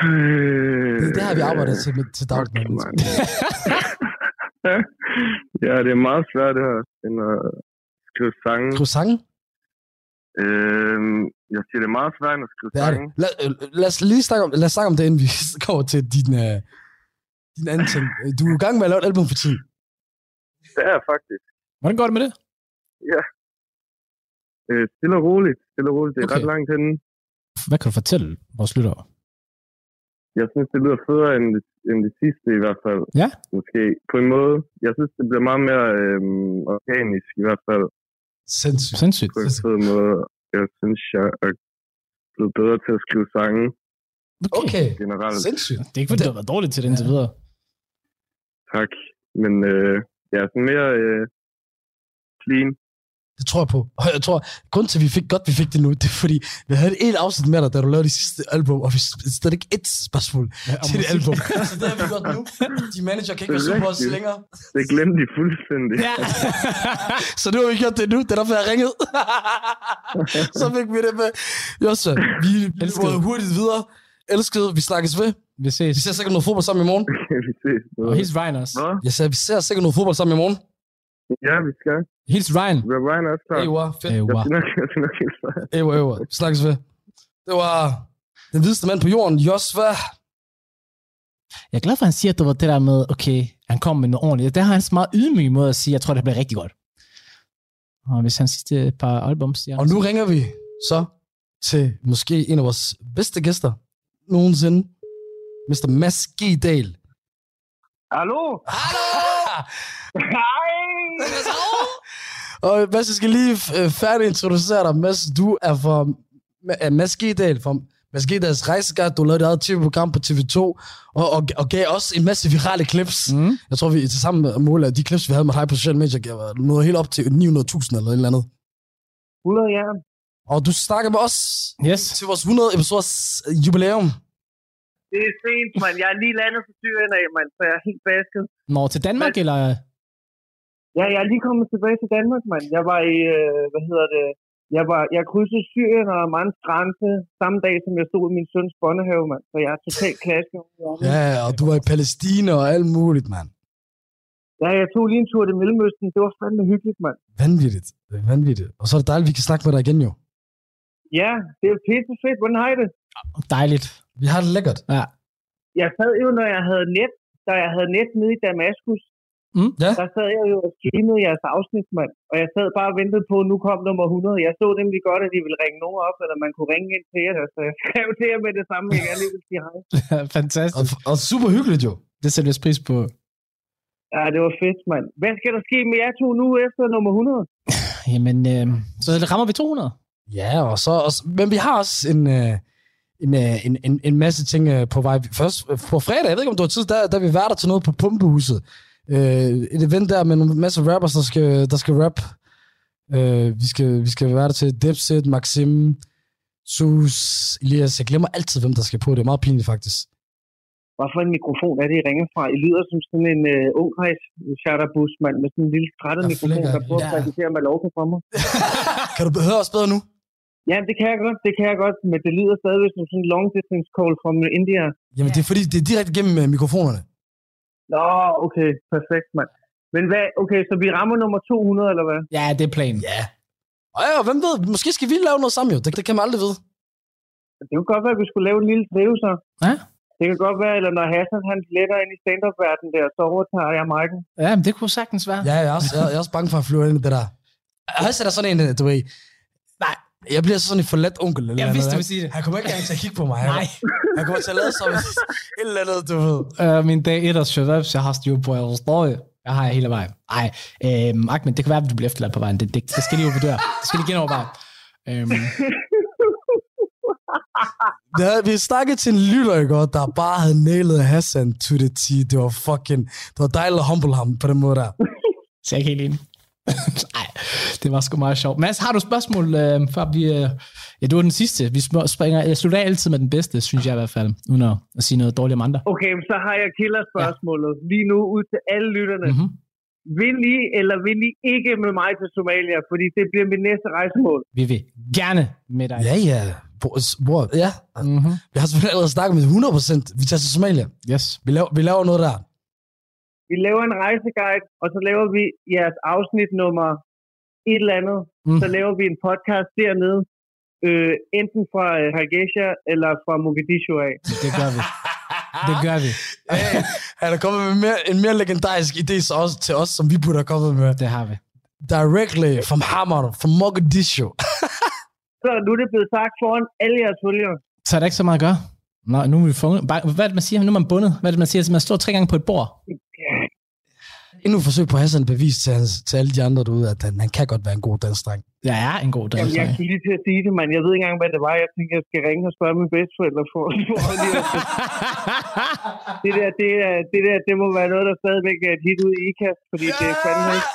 Øh, Det, det har vi arbejdet til, med, til daglig. Fuck, mand. ja, det er meget svært det her, end at skrive sange. Croissant? Øh, jeg siger, det er meget svært end at skrive Det er det. sange. Lad, øh, lad, os lige snakke om, lad os snakke om det, inden vi kommer til din, øh, din anden ting. Du er i gang med at lave et album for tiden. Det er jeg faktisk. Hvordan går det med det? Øh, stille og roligt. Stille og roligt. Det er Okay. ret langt henne. Hvad kan du fortælle vores lyttere? Jeg synes, det lyder federe end det, end det sidste i hvert fald. Ja. Måske på en måde. Jeg synes, det bliver meget mere øh, organisk i hvert fald. Sindssygt. Sindssygt. på en fed måde. Jeg synes, jeg er blevet bedre til at skrive sange Okay. generelt. Sindssygt. Det er ikke, fordi du har været dårlig til det indtil videre. Tak. Men øh, jeg er sådan mere øh, clean. Det tror jeg på. Og jeg tror, grund til, at vi fik godt, vi fik det nu, det er fordi, vi havde et afsnit med dig, da du lavede det sidste album, og vi stod ikke et spørgsmål Ja, til det album. Så det har vi godt nu. De manager kan ikke være sur på os Rigtigt. længere. Det glemte de fuldstændig. Ja. Så nu har vi gjort det nu. Det er derfor, jeg ringede. Så fik vi det med. Josse, vi Elskede. går hurtigt videre. Elskede, vi snakkes ved. Vi ses. Vi ser sikkert noget fodbold sammen i morgen. vi ses. Og hils Ryan også. Hvad? Jeg sagde, vi ser sikkert noget fodbold sammen i morgen. Ja, vi skal. Hils Ryan. Hvad var Ryan også klar? Ewa, fedt. Hey, Jeg wow. skal nok, jeg skal nok hilse dig. Ewa, ewa. Vi snakkes ved. Det var den hvideste mand på jorden, Josva. Jeg er glad for, at han siger, at det var det der med, okay, han kom med noget ordentligt. Der har han så meget ydmyg måde at sige, jeg tror, det bliver rigtig godt. Og hvis han sidste par albums, ja. Og nu ringer vi så til måske en af vores bedste gæster nogensinde. Mr. Mads G. Dahl. Hallo? Hallo! Hej! Og Mads, jeg skal lige øh, færdigintroducere dig. Mads, du er fra med, med Skedal, for med Skedals rejsegard, du lavede et eget tv-program på TV2, og, og, og gav os en masse virale clips. Mm. Mm. Jeg tror, vi til sammen måler, de clips, vi havde med dig på sociale medier, gav noget helt op til 900.000 eller et eller andet. 100 ja. Og du snakker med os Yes. til vores 100 episoders øh, jubilæum. Det er sent, mand. Jeg er lige landet fra Syrien af, mand, så jeg er helt basket. Nå, til Danmark, eller? Ja, jeg er lige kommet tilbage til Danmark, mand. Jeg var i, øh, hvad hedder det, jeg, var, jeg krydsede Syrien og Amans grænse samme dag, som jeg stod i min søns børnehave, mand. Så jeg er totalt klasse. Ja, og du var i Palæstina og alt muligt, mand. Ja, jeg tog lige en tur til Mellemøsten. Det var fandme hyggeligt, mand. Vanvittigt. Det er vanvittigt. Og så er det dejligt, at vi kan snakke med dig igen, jo. Ja, det er pisse fedt. Hvordan har I det? Dejligt. Vi har det lækkert. Jeg sad jo, når jeg havde net, da jeg havde net nede i Damaskus, Ja. der sad jeg jo og streamede jeres afsnit, mand. Og jeg sad bare og ventede på, at nu kom nummer 100. Jeg så nemlig godt, at de ville ringe nogen op, eller man kunne ringe ind til jer, så jeg skrev til jer med det samme, jeg gerne lige ville sige hej. Og, Fantastisk. og super hyggeligt, jo. Det sætter vi pris på. Ja, det var fedt, mand. Hvad skal der ske med jer to nu efter nummer 100? Jamen, øh, så rammer vi 200. Ja, og så, og, så- men vi har også en, øh, en, øh, en, en, en masse ting øh, på vej. Først øh, på fredag, jeg ved ikke om du har tid, der, der er vi værter til noget på Pumpehuset. Øh, et event der med en masse rappers, der skal, der skal rap. Øh, vi, skal, vi skal være der til Dipset, Maxim, Sus, Elias. Jeg glemmer altid, hvem der skal på. Det er meget pinligt, faktisk. Hvad for en mikrofon er det, I ringer fra? I lyder som sådan en øh, ungrejs charterbus, mand, med sådan en lille skrættet Der mikrofon, flækker- der prøver ja. at præsentere Mallorca for mig. Kan du høre os bedre nu? Ja, det kan jeg godt, det kan jeg godt, men det lyder stadigvæk som sådan en long distance call from India. Jamen, det er fordi, det er direkte gennem øh, mikrofonerne. Nå, okay, perfekt, mand. Men hvad, okay, så vi rammer nummer 200, eller hvad? Ja, det er planen. Ja. Og ja, og hvem ved, måske skal vi lave noget sammen jo. Det, det kan man aldrig vide. Det kunne godt være, at vi skulle lave en lille trio, så. Ja. Det kan godt være, eller når Hassan han letter ind i stand-up-verdenen der, så overtager jeg Michael. Ja, men det kunne sagtens være. Ja, jeg er også, jeg, jeg er også bange for at flyve ind i det der. Højst er der sådan en, øh, du ved. Nej, jeg bliver sådan en forladt onkel. Eller Jeg noget. vidste, du ville sige det. Han kommer ikke engang til at kigge på mig. Nej. Han kommer til at lade som et eller andet, du ved. Øh, min dag 1 af Shababs, jeg har styr på jeres story. Jeg har hele vejen. Ej, øhm, Ahmed, det kan være, at du bliver efterladt på vejen. Det, det, det skal lige overvurdere. Det skal lige genoverveje. Øhm, Ja, vi snakkede til en lytter i går, der bare havde nailet Hassan to the T. Det var fucking... Det var dejligt at humble ham på den måde der. så jeg er ikke helt enig. Ej, det var sgu meget sjovt. Mads, har du spørgsmål, øh, før vi... Øh, ja, du er den sidste. Vi sm- springer, jeg slutter af altid med den bedste, synes jeg i hvert fald. Uden at, at sige noget dårligt om andre. Okay, men så har jeg killerspørgsmålet ja. lige nu ud til alle lytterne. Mm. Mm-hmm. Vil I eller vil I ikke med mig til Somalia? Fordi det bliver mit næste rejsemål. Vi vil gerne med dig. Ja, ja. Hvor, hvor, ja. Mm-hmm. Vi har selvfølgelig allerede snakket med 100%. Vi tager til Somalia. Yes. Vi laver, vi laver noget der. Vi laver en rejseguide, og så laver vi jeres afsnit nummer et eller andet. Mm. Mm. Så laver vi en podcast dernede. Øh, enten fra øh, Hargeisha eller fra Mogadishu af. Det gør vi. Det gør vi. Hey, han er kommet med mere, en mere legendarisk idé så også til os, som vi burde have kommet med. Det har vi. Directly from Hammer, from Mogadishu. Så nu er det blevet sagt foran alle jeres følgere. Så er der ikke så meget at gøre. Nå, nu er vi fundet. Bare- Hvad er det, man siger? Nu er man bundet. Hvad er det, man siger? Man står tre gange på et bord. Endnu et forsøg på at have sådan et bevis til, hans, til alle de andre derude, at han, han kan godt være en god dansdreng. Jeg er altså- en god dag. Jamen, jeg Jamen, skulle lige til at sige det, men jeg ved ikke engang, hvad det var. Jeg tænkte, jeg skal ringe og spørge mine bedsteforældre for, for lige at Det der, det, er, det der, det må være noget, der stadigvæk er et hit ud i IKAS, fordi det er fandme ikke...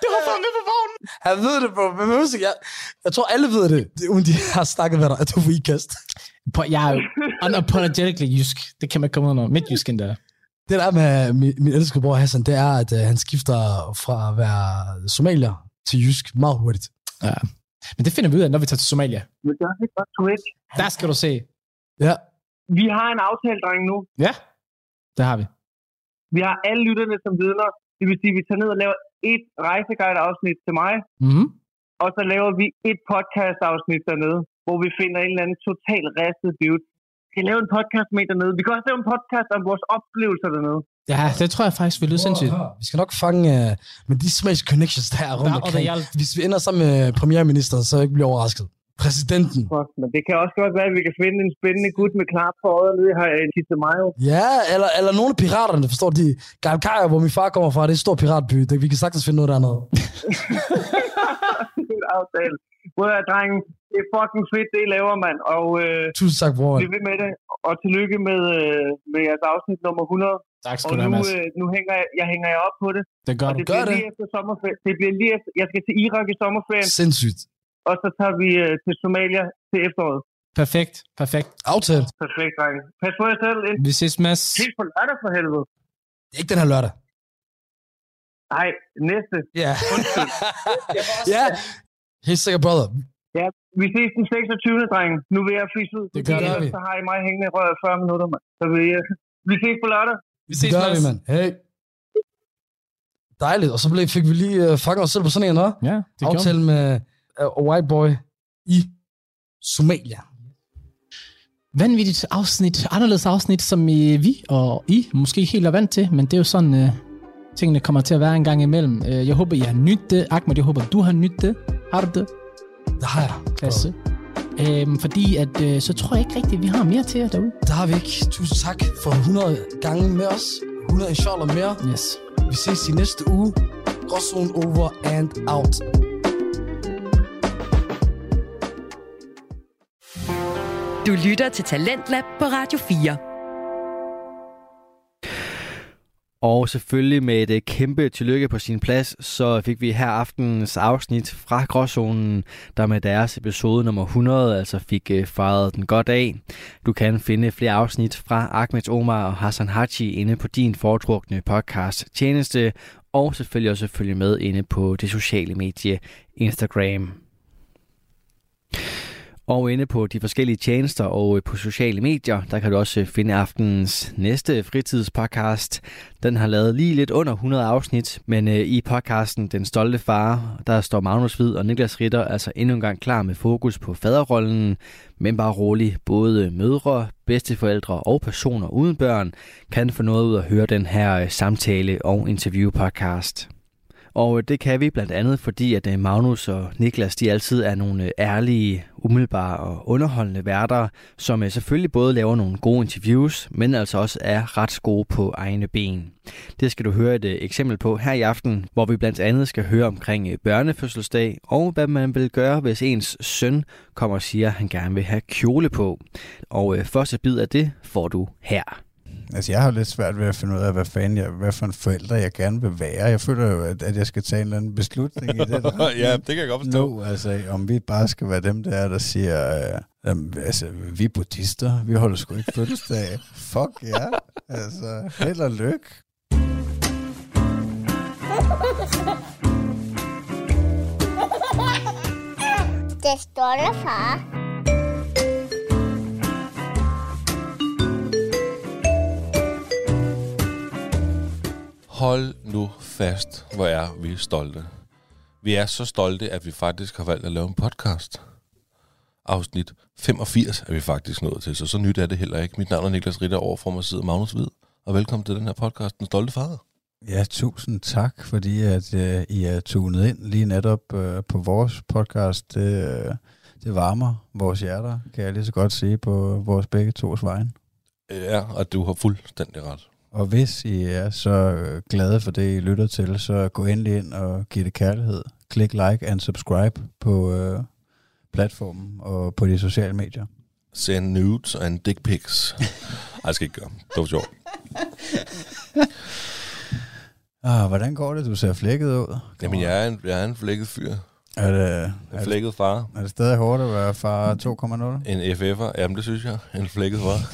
det var for med på vognen. Han ved det, bro. Men husk, jeg, jeg tror, alle ved det, det er, uden de har snakket med dig, at du får ikast. på, jeg er jo unapologetically jysk. Det kan man ikke komme under. Midtjysk endda. Det der med min, min elskede bror Hassan, det er, at øh, han skifter fra at være somalier til jysk meget hurtigt. Men det finder vi ud af, når vi tager til Somalia. Men det er også godt, du ikke. Der skal du se. Ja. Vi har en aftale, dreng, nu. Ja, det har vi. Vi har alle lytterne som vidner. Det vil sige, at vi tager ned og laver et rejseguide-afsnit til mig, Mm-hmm. og så laver vi et podcast-afsnit dernede, hvor vi finder en eller anden total restet dude. Vi kan lave en podcast med en dernede. Vi kan også lave en podcast om vores oplevelser dernede. Ja, det tror jeg faktisk, vi lyder sindssygt. Vi skal nok fange øh, med de smags connections, der er rundt Der- og omkring. der hjalp. Hvis vi ender sammen med premierministeren, så jeg ikke bliver overrasket. Præsidenten. Fuck, Men det kan også godt være, at vi kan finde en spændende gut med klart for øjet nede her i Tisemayo. Ja, eller, eller nogle af piraterne, forstår de? Galkaja, hvor min far kommer fra, det er en stor piratby. Det, vi kan sagtens finde noget dernede. fedt aftale. Hvor er drengen, det er fucking fedt, det I laver, mand. Og øh, Tusind tak, bror. bliv ved med det, og tillykke med, øh, med jeres afsnit nummer 100. Tak skal Og du have, nu, Mads. øh, nu hænger jeg, jeg hænger jer op på det. Det gør og du. det gør bliver det. lige efter sommerferien. Det bliver lige efter, jeg skal til Irak i sommerferien, Sindssygt. og så tager vi øh, til Somalia til efteråret. Perfekt, perfekt. Aftalt. Perfekt, drenge. Pas på jer selv. ind- Vi ses, Mads. Helt på lørdag for helvede. Det er ikke den her lørdag. Nej, næste. Ja. ja. Helt sikkert, brother. Vi ses den 26. drenge. Nu vil jeg fisse ud. Det gør vi. Så har I mig hængende i røret 40 minutter, mand. Så vi, øh, vi ses på lørdag. Vi Det gør vi, mand. Hey. Dejligt. Og så blev, fik vi lige uh, fanget os selv på sådan en, hva'? Ja, det gør vi. Aftale med uh, White Boy i Somalia. Vanvittigt afsnit, anderledes afsnit, som øh, vi og I måske ikke helt er vant til, men det er jo sådan, øh, tingene kommer til at være en gang imellem. Øh, jeg håber, I har nydt det. Ahmed, jeg håber, du har nydt det. Har du det? Det har jeg. Klasse. Øhm, fordi at, øh, så tror jeg ikke rigtigt, at vi har mere til jer derude. Det har vi ikke. Tusind tak for 100 gange med os. 100 inshallah mere. Yes. Vi ses i næste uge. Gråzone over and out. Du lytter til Talentlab på Radio 4. Og selvfølgelig med et øh, kæmpe tillykke på sin plads, så fik vi her aftenens afsnit fra Gråzonen, der med deres episode nummer 100 altså fik øh, fejret den godt af. Du kan finde flere afsnit fra Ahmed Omar og Hassan Haji inde på din foretrukne podcast tjeneste, og selvfølgelig også følge med inde på det sociale medie Instagram. Og inde på de forskellige tjenester og øh, på sociale medier, der kan du også øh, finde aftenens næste fritidspodcast. Den har lavet lige lidt under 100 afsnit, men øh, i podcasten Den Stolte Far, der står Magnus Hvid og Niklas Ritter altså endnu en gang klar med fokus på faderrollen. Men bare rolig, både mødre, bedsteforældre og personer uden børn kan få noget ud at høre den her øh, samtale- og interviewpodcast. Og øh, det kan vi blandt andet, fordi at øh, Magnus og Niklas de altid er nogle øh, ærlige, umiddelbare og underholdende værter, som øh, selvfølgelig både laver nogle gode interviews, men altså også er ret gode på egne ben. Det skal du høre et øh, eksempel på her i aften, hvor vi blandt andet skal høre omkring øh, børnefødselsdag og hvad man vil gøre, hvis ens søn kommer og siger, at han gerne vil have kjole på. Og øh, første bid af det får du her. Altså, jeg har jo lidt svært ved at finde ud af, hvad fanden jeg, hvad for en forælder jeg gerne vil være. Jeg føler jo, at, at jeg skal tage en eller anden beslutning i det. ja, det kan jeg godt forstå. nu, altså, om vi bare skal være dem der, der siger, øh, jamen, altså, vi er buddhister, vi holder sgu ikke fødselsdag. Fuck ja, yeah. altså, held og lykke. Det står der, far. Hold nu fast, hvor er vi stolte. Vi er så stolte, at vi faktisk har valgt at lave en podcast. Afsnit 85 er vi faktisk nået til, så så nyt er det heller ikke. Mit navn er Niklas Ritter, overfor mig sidder Magnus Hvid, og velkommen til den her podcast, Den Stolte Fader. Ja, tusind tak, fordi at, øh, I er tunet ind lige netop øh, på vores podcast. Det, øh, det varmer vores hjerter, kan jeg lige så godt sige, på vores begge tos vejen. Ja, og du har fuldstændig ret. Og hvis I er så øh, glade for det, I lytter til, så gå endelig ind og giv det kærlighed. Klik like and subscribe på øh, platformen og på de sociale medier. Send nudes and dick pics. Ej, jeg skal ikke gøre. Det var sjovt. Ah, hvordan går det? Du ser flækket ud. Jamen, jeg er en, jeg er en flækket fyr. Er det, En er, det, flækket far. Mm. er det stadig hårdt at være far 2,0? En FF'er? Jamen, det synes jeg. En flækket var.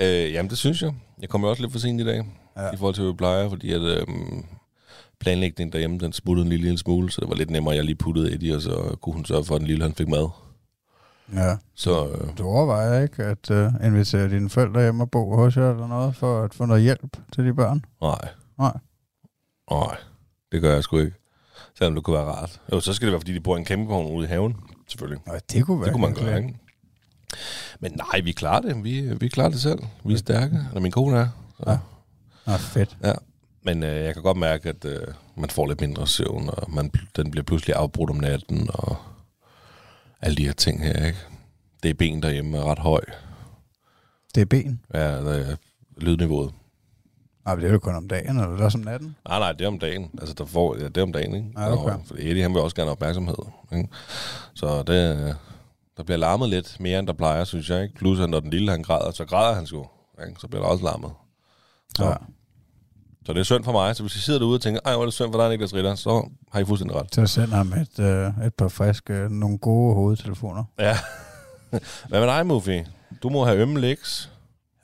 øh, jamen, det synes jeg. Jeg kommer også lidt for sent i dag, Ja. ja. i forhold til, hvad vi plejer, fordi at, øhm, planlægningen derhjemme, den smuttede en lille, lille smule, så det var lidt nemmere, at jeg lige puttede Eddie, og så kunne hun sørge for, at den lille, han fik mad. Ja. Så øh, Du overvejer ikke at øh, invitere dine forældre hjem og bo hos jer eller noget, for at få noget hjælp til de børn? nej. Nej. Nej, det gør jeg sgu ikke. Selvom det kunne være rart. Jo, så skal det være, fordi de bor i en campingvogn ude i haven, selvfølgelig. Nej, det kunne være Det kunne man hyggeligt. gøre, ikke? Men nej, vi klarer det. Vi, vi klarer det selv. Vi er stærke, eller min kone er. Så. Ja. Ah, fedt. Men øh, jeg kan godt mærke, at øh, man får lidt mindre søvn, og man, pl- den bliver pludselig afbrudt om natten, og alle de her ting her, ikke? Det er ben derhjemme er ret høj. Det er ben. Ja, der er lydniveauet. Nej, men det er jo kun om dagen, eller det er også om natten. Nej, nej, det er om dagen. Altså, der får, ja, det er om dagen, ikke? Ja, okay. Og, for Eddie, han vil også gerne have opmærksomhed. Ikke? Så det, øh, der bliver larmet lidt mere, end der plejer, synes jeg. Ikke? Plus, at når den lille han græder, så græder han sgu. Ikke? Så bliver der også larmet. Så, ja. så det er synd for mig. Så hvis I sidder derude og tænker, ej, hvor er det synd for dig, Niklas Ritter, så har I fuldstændig ret. Så sender ham et, øh, et par friske, nogle gode hovedtelefoner. Ja. Hvad med dig, Muffy? Du må have ømme legs.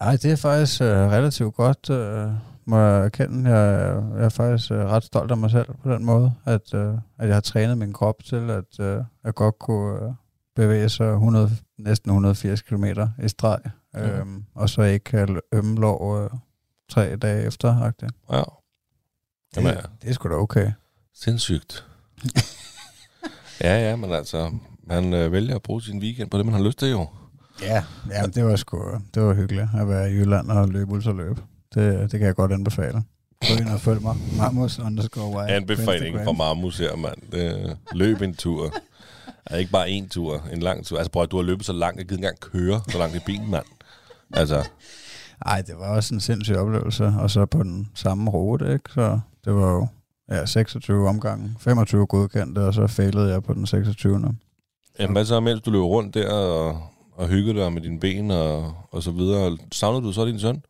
Nej, det er faktisk øh, relativt godt, øh, må jeg erkende. Jeg, jeg er faktisk øh, ret stolt af mig selv på den måde, at, øh, at jeg har trænet min krop til, at øh, jeg godt kunne øh, bevæge sig 100, næsten 180 km i streg, øh, Ja. og så ikke have ømme lår øh, tre dage efter. agtigt. Ja. Jamen, ja. Det, det er sgu da okay. Sindssygt. ja, ja, men altså, man øh, vælger at bruge sin weekend på det, man har lyst til jo. Ja, ja det var sgu det var hyggeligt at være i Jylland og løbe ultra løb. Det, det kan jeg godt anbefale. Gå ind og følg mig. Marmus underscore wild. på Anbefaling Instagram. fra Marmus her, mand. Øh, løb en tur. Er ikke bare en tur, en lang tur. Altså, prøv at du har løbet så langt, jeg gider ikke engang køre så langt i bilen, mand. Altså, Ej, det var også en sindssyg oplevelse, og så på den samme rute, ikke? Så det var jo ja, 26 omgange, 25 godkendte, og så failede jeg på den 26. jamen, hvad så, mens du løber rundt der og, og hygger dig med dine ben og, og så videre? Savnede du så din søn?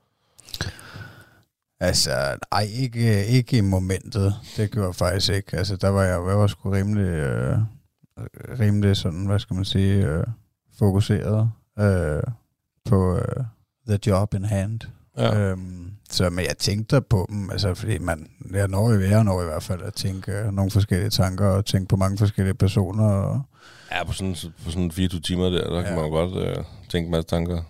Altså, nej, ikke, ikke i momentet. Det gjorde jeg faktisk ikke. Altså, der var jeg, jeg var sgu rimelig, øh, rimelig sådan, hvad skal man sige, øh, fokuseret øh, på øh, the job in hand. Ja. Øhm, så men jeg tænkte da på dem, altså, fordi man, jeg når, i- jeg når i hvert fald at tænke øh, nogle forskellige tanker, og tænke på mange forskellige personer, og Ja, på sådan, på sådan 24 timer der, der ja. kan man jo godt øh, tænke en masse tanker.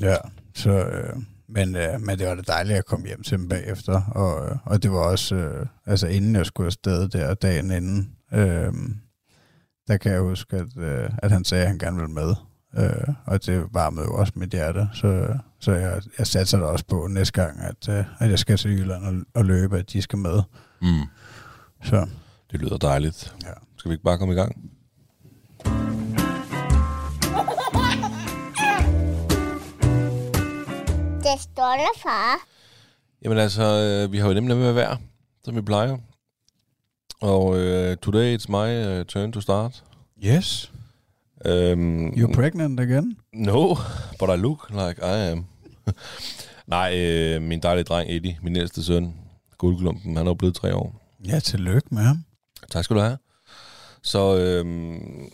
Ja, så, øh, men, øh, men det var da dejligt at komme hjem til dem bagefter, og, øh, og det var også, øh, altså inden jeg skulle afsted der dagen inden, øh, der kan jeg huske, at, øh, at han sagde, at han gerne ville med, øh, og det varmede jo også mit hjerte, så, så jeg, jeg satser da også på næste gang, at, øh, at jeg skal til Jylland og, og løbe, at de skal med. Mm. Så. Det lyder dejligt. Ja. Skal vi ikke bare komme i gang? Det stolte far. Jamen altså, øh, vi har jo nemlig med at være, som vi plejer. Og øh, today it's my uh, turn to start. Yes. Øhm, You're pregnant again? No, but I look like I am. Nej, øh, min dejlige dreng Eddie, min ældste søn, guldklumpen, han er jo blevet tre år. Ja, tillykke med ham. Tak skal du have. Så øhm,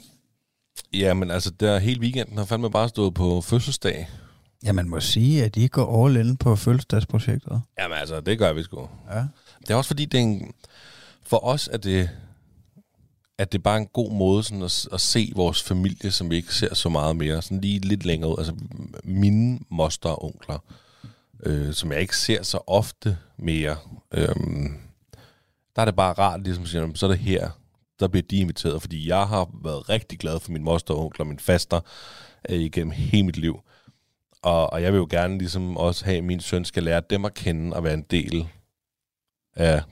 ja, men altså, der hele weekenden har fandme bare stået på fødselsdag. Ja, man må sige, at I går all in på fødselsdagsprojektet. Jamen altså, det gør vi sgu. Ja. Det er også fordi, det er en, for os er det, at det er bare en god måde sådan at, at se vores familie, som vi ikke ser så meget mere, sådan lige lidt længere ud. Altså mine moster og onkler, øh, som jeg ikke ser så ofte mere, øhm, der er det bare rart, ligesom at sige, "Jamen, så er det her, der bliver de inviteret, fordi jeg har været rigtig glad for min moster og onkler, min faster, øh, igennem hele mit liv. Og, og jeg vil jo gerne ligesom også have, at min søn skal lære dem at kende og være en del af,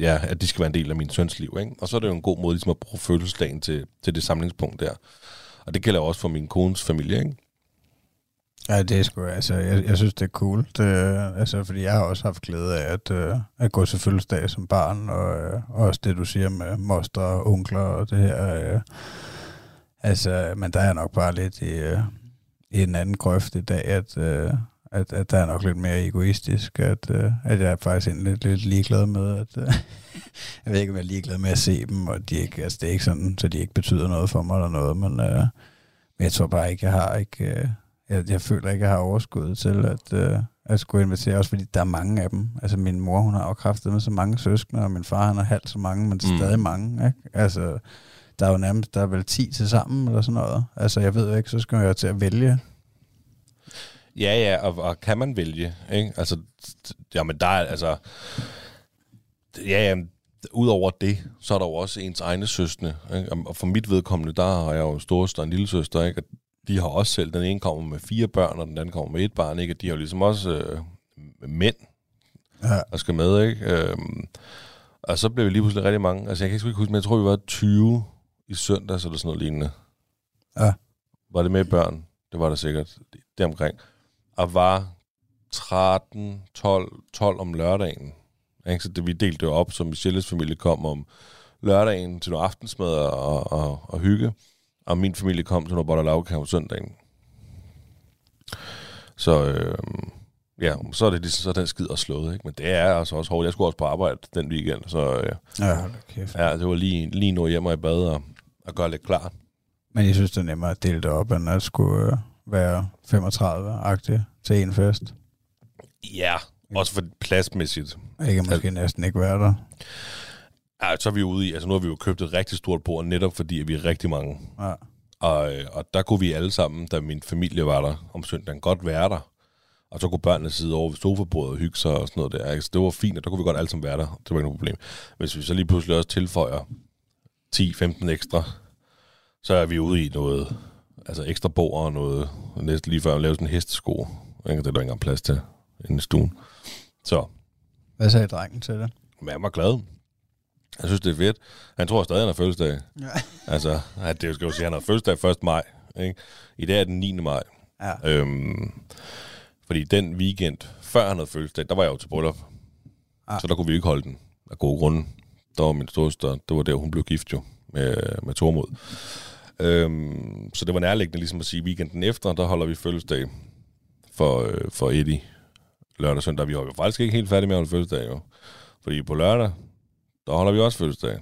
ja, at de skal være en del af min søns liv. Ikke? Og så er det jo en god måde ligesom at bruge fødselsdagen til, til det samlingspunkt der. Og det gælder jo også for min kones familie. Ikke? Ja, det er sgu, altså, jeg, jeg synes, det er cool. Det, øh, altså, fordi jeg har også haft glæde af at, øh, at gå til fødselsdag som barn, og øh, også det, du siger med moster og onkler og det her. Øh, altså, men der er jeg nok bare lidt i, øh, i en anden grøft i dag, at, øh, at, at der er nok lidt mere egoistisk, at, øh, at jeg er faktisk egentlig lidt, lidt ligeglad med, at øh, jeg ved ikke, om jeg er ligeglad med at se dem, og de ikke, altså, det er ikke sådan, så de ikke betyder noget for mig eller noget, men, øh, men jeg tror bare ikke, jeg har ikke... Øh, jeg, jeg føler ikke, jeg har overskud til at, øh, at skulle invitere, også fordi der er mange af dem. Altså min mor, hun har jo kræftet med så mange søskende, og min far, han har halvt så mange, men mm. Mm. stadig mange. Ikke? Altså, der er jo nærmest, der er vel 10 til sammen, eller sådan noget. Altså, jeg ved jo ikke, så skal jeg jo til at vælge. Ja, ja, og, og kan man vælge, ikke? Altså, t- jamen der er, altså... Ja, ja, udover det, så er der jo også ens egne søstre. Ikke? Og- Og for mit vedkommende, der har jeg jo en storesøster og en lille søster, ikke? Og de har også selv, den ene kommer med fire børn, og den anden kommer med et barn, ikke? Og de har jo ligesom også øh, mænd, ja. der skal med, ikke? Øhm, og så blev vi lige pludselig rigtig mange. Altså, jeg kan ikke sgu ikke huske, men jeg tror, vi var 20 i søndags eller sådan noget lignende. Ja. Var det med børn? Det var der sikkert. Det omkring. Og var 13, 12, 12 om lørdagen. Ikke? Så det, vi delte det op, så Michelles familie kom om lørdagen til noget aftensmad og, og, og hygge, og min familie kom til noget boller om søndagen. Så øh, ja, så er det ligesom så er den skid og slået, ikke? Men det er altså også hårdt. Jeg skulle også på arbejde den weekend, så øh, Ja, hold da kæft. ja, det var lige, lige nu hjemme i bad og, og gøre lidt klar. Men jeg synes, det er nemmere at dele det op, end at skulle øh, være 35-agtig til en fest. Ja, også for pladsmæssigt. Jeg kan måske næsten ikke være der. Ja, så er vi ude i, altså nu har vi jo købt et rigtig stort bord, netop fordi at vi er rigtig mange. Ja. Og, øh, og der kunne vi alle sammen, da min familie var der om søndagen, godt være der. Og så kunne børnene sidde over ved sofabordet og hygge sig og sådan noget der. ikke? Så det var fint, og der kunne vi godt alle sammen være der. Det var ikke noget problem. Hvis vi så lige pludselig også tilføjer 10-15 ekstra, så er vi ude i noget altså ekstra bord og noget, næsten lige før at lave sådan en hestesko. ikke? Det er der ikke engang plads til inde i stuen. Så Hvad sagde drengen til det? men han var glad. Han synes, det er fedt. Han tror stadig, han har fødselsdag. Ja. Altså, at det skal jo sige, han har fødselsdag 1. maj. Ikke? I dag er den 9. maj. Ja. Øhm, fordi den weekend, før han havde fødselsdag, der var jeg jo til bryllup. Ja. Så der kunne vi ikke holde den af gode grunde. Der var min storsøster, det var der, hun blev gift jo med, med Tormod. Øhm, så det var nærliggende ligesom at sige, weekenden efter, der holder vi fødselsdag for, øh, for Eddie lørdag og søndag. Vi var jo faktisk ikke helt færdige med at holde fødselsdag jo. Fordi på lørdag, der holder vi også fødselsdag.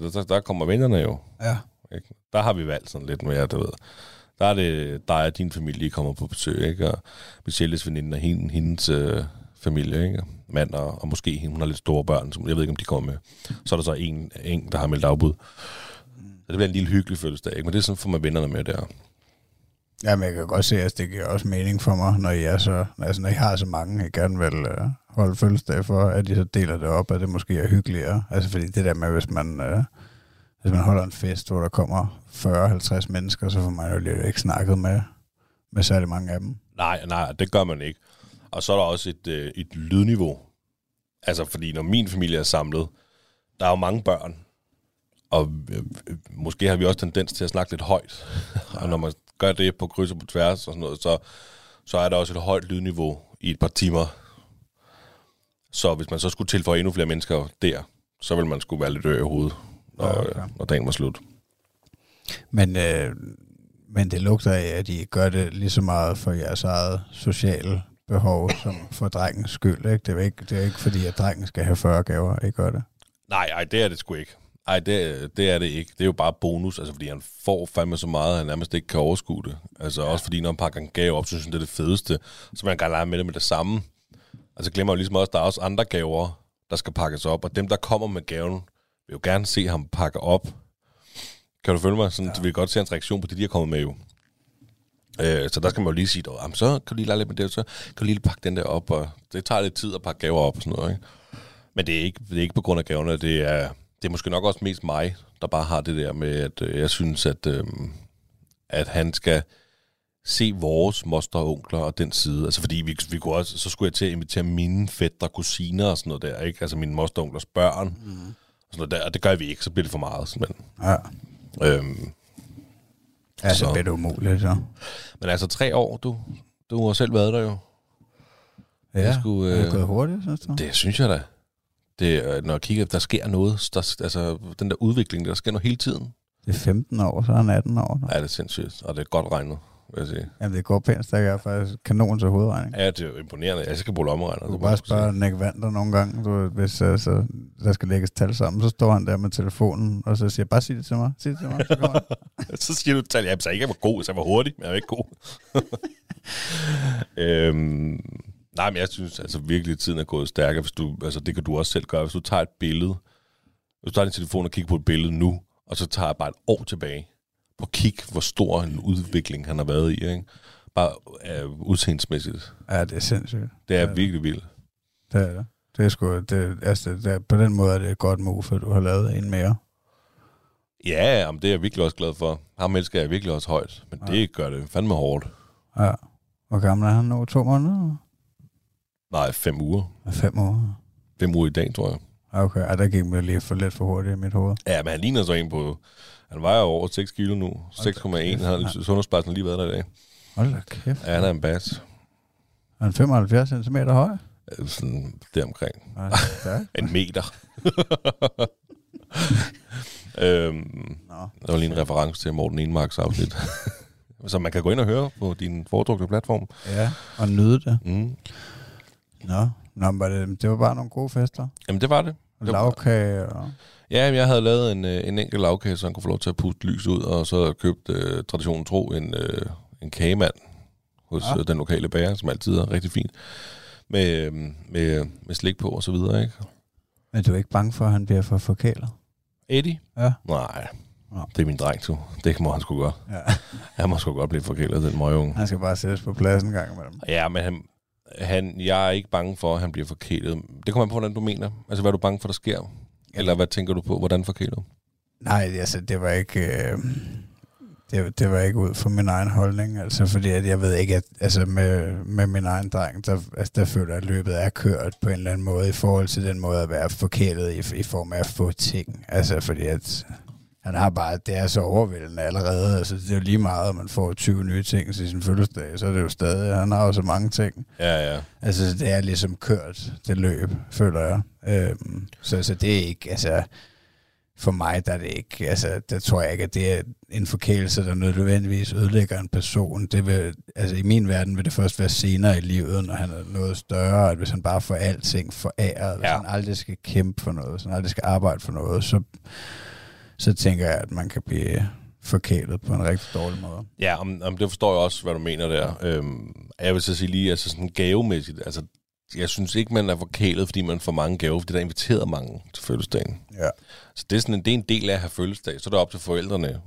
Der, der, der kommer vennerne jo. Ja. Ikke? Der har vi valgt sådan lidt mere, du ved. Der er det dig og din familie, I kommer på besøg, ikke? Og Michelles veninde og hende, hendes øh, familie, ikke? Og Mand og, og måske hende, hun har lidt store børn, så jeg ved ikke, om de kommer med. Så er der så en, en der har meldt afbud. Så det bliver en lille hyggelig fødselsdag, ikke? Men det er sådan, får man vennerne med der. Jamen, jeg kan godt se, at det giver også mening for mig, når I, er så, altså, når I har så mange, jeg gerne vil øh, holde fødselsdag for, at I så deler det op, at det måske er hyggeligere. Altså, fordi det der med, hvis man, øh, hvis man holder en fest, hvor der kommer 40-50 mennesker, så får man jo lidt ikke snakket med, med særlig mange af dem. Nej, nej, det gør man ikke. Og så er der også et, øh, et lydniveau. Altså, fordi når min familie er samlet, der er jo mange børn. Og øh, øh, måske har vi også tendens til at snakke lidt højt. og når man gør det på kryds og på tværs og sådan noget, så, så er der også et højt lydniveau i et par timer. Så hvis man så skulle tilføje endnu flere mennesker der, så ville man skulle være lidt ø i hovedet, når, ja, okay. når dagen var slut. Men, øh, men det lugter af, at I gør det lige så meget for jeres eget sociale behov, som for drengens skyld. Ikke? Det, er jo ikke, det er jo ikke fordi, at drengen skal have 40 gaver, ikke gør det? Nej, ej, det er det sgu ikke. Ej, det, det er det ikke. Det er jo bare bonus, altså fordi han får fandme så meget, at han nærmest ikke kan overskue det. Altså også fordi, når han pakker en gave op, så synes han, det er det fedeste. Så man kan lege med det med det samme. Altså glemmer jo ligesom også, at der er også andre gaver, der skal pakkes op. Og dem, der kommer med gaven, vil jo gerne se ham pakke op. Kan du følge mig? Sådan, ja. Du vil godt se hans reaktion på det, de har kommet med jo. Øh, så der skal man jo lige sige, at så kan du lige lege lidt med det, så kan du lige pakke den der op. Og det tager lidt tid at pakke gaver op og sådan noget, ikke? Men det er ikke, det er ikke på grund af gaverne, det er, det er måske nok også mest mig, der bare har det der med, at øh, jeg synes, at, øh, at han skal se vores moster og onkler og den side. Altså fordi vi, vi kunne også, så skulle jeg til at invitere mine fætter, kusiner og sådan noget der, ikke? Altså mine moster og onklers børn. Mm. Og, sådan noget der, og det gør vi ikke, så bliver det for meget. Simpelthen. Ja. Øhm, Ja, så bliver det umuligt, så. Men altså tre år, du, du har selv været der jo. Ja, Det skulle, er det øh, gået hurtigt, synes du? Det synes jeg da. Det, øh, når jeg kigger, der sker noget. Der, altså, den der udvikling, der sker noget hele tiden. Det er 15 år, så er han 18 år. Nu. Ja, det er sindssygt, og det er godt regnet, vil jeg sige. Jamen, det går pænt, så jeg er faktisk kanon til hovedregning. Ja, det er jo imponerende. Jeg altså. skal bruge lommeregner. Du kan det må bare jeg sgu sige. spørge Nick Vander nogle gange, du, ved, hvis altså, der skal lægges tal sammen, så står han der med telefonen, og så siger jeg, bare sig det til mig, sig det til mig. Så kommer han. så siger du tal. Jamen, så ikke, jeg var god, så jeg var hurtig, men jeg var ikke god. øhm, nej, men jeg synes altså virkelig, at tiden er gået stærkere. Hvis du, altså, det kan du også selv gøre. Hvis du tager et billede, hvis du tager din telefon og kigger på et billede nu, og så tager jeg bare et år tilbage, på kig, hvor stor en udvikling han har været i, ikke? Bare øh, udseendsmæssigt. ja, det er sindssygt. Det er virkelig vildt. Det er det. Det er sgu, det, altså, det, er- på den måde er det et godt move, at du har lavet en mere. Ja, jamen, det er jeg virkelig også glad for. Ham elsker jeg virkelig også højt, men ja. det gør det fandme hårdt. Ja. Hvor gammel er han nu? To måneder? Nej, fem uger. Fem år? Fem uger i dag, tror jeg. Okay, ja, der gik det lige for lidt for hurtigt i mit hoved. Ja, men han ligner så en på... Han vejer over 6 kilo nu. 6,1 har sundhedspersonen lige været der i dag. Hold da kæft. Ja, han er en bas. Er han 75 cm høj? Øh, Sådan deromkring. Ja, stærk. en meter. øhm, der var lige en reference til Morten Enmarks afsnit. som man kan gå ind og høre på din foretrukne platform. Ja, og nyde det. Mm. Nå, Nå men var det, det var bare nogle gode fester. Jamen, det var det. Og Det var- Lavkage og... Ja, men jeg havde lavet en, øh, en enkelt lavkage, så han kunne få lov til at puste lys ud, og så havde jeg købt øh, traditionen tro en, øh, en kagemand hos Ja. ja. den lokale bager, som altid er rigtig fint, med, øh, med, med slik på og så videre, ikke? Men du er ikke bange for, at han bliver for forkælet? Eddie? Ja. Nej, det er min dreng, du. Det må han sgu godt. Ja. Han må sgu godt blive forkælet, den møgeunge. Han skal bare sættes på plads en gang imellem. Ja, men han, han, jeg er ikke bange for, at han bliver forkælet. Det kommer an på, hvordan du mener. Altså, hvad er du bange for, der sker? Eller hvad tænker du på, hvordan forkælet? Nej, altså, det var ikke... Øh, det, det, var ikke ud fra min egen holdning, altså, fordi at jeg ved ikke, at altså, med, med min egen dreng, der, altså, der føler jeg, at løbet er kørt på en eller anden måde, i forhold til den måde at være forkælet i, i form af at få ting. Altså, fordi at han har bare, det er så overvældende allerede, altså, det er jo lige meget, at man får 20 nye ting til sin fødselsdag, så er det jo stadig, han har jo så mange ting. Ja, ja. Altså, det er ligesom kørt, det løb, føler jeg. Øhm, så, så det er ikke, altså, for mig, der er det ikke, altså, der tror jeg ikke, at det er en forkælelse, der nødvendigvis ødelægger en person. Det vil, altså, i min verden vil det først være senere i livet, når han er noget større, at hvis han bare får alting foræret, hvis ja. han aldrig skal kæmpe for noget, hvis han aldrig skal arbejde for noget, så, så tænker jeg, at man kan blive forkælet på en rigtig dårlig måde. Ja, om, om det forstår jeg også, hvad du mener der. Øhm, jeg vil så sige lige, altså sådan gavemæssigt, altså jeg synes ikke, man er forkælet, fordi man får mange gaver, fordi der er inviteret mange til fødselsdagen. Ja. Så det er, sådan, en- det er en del af at have fødselsdag. Så er det op til forældrene,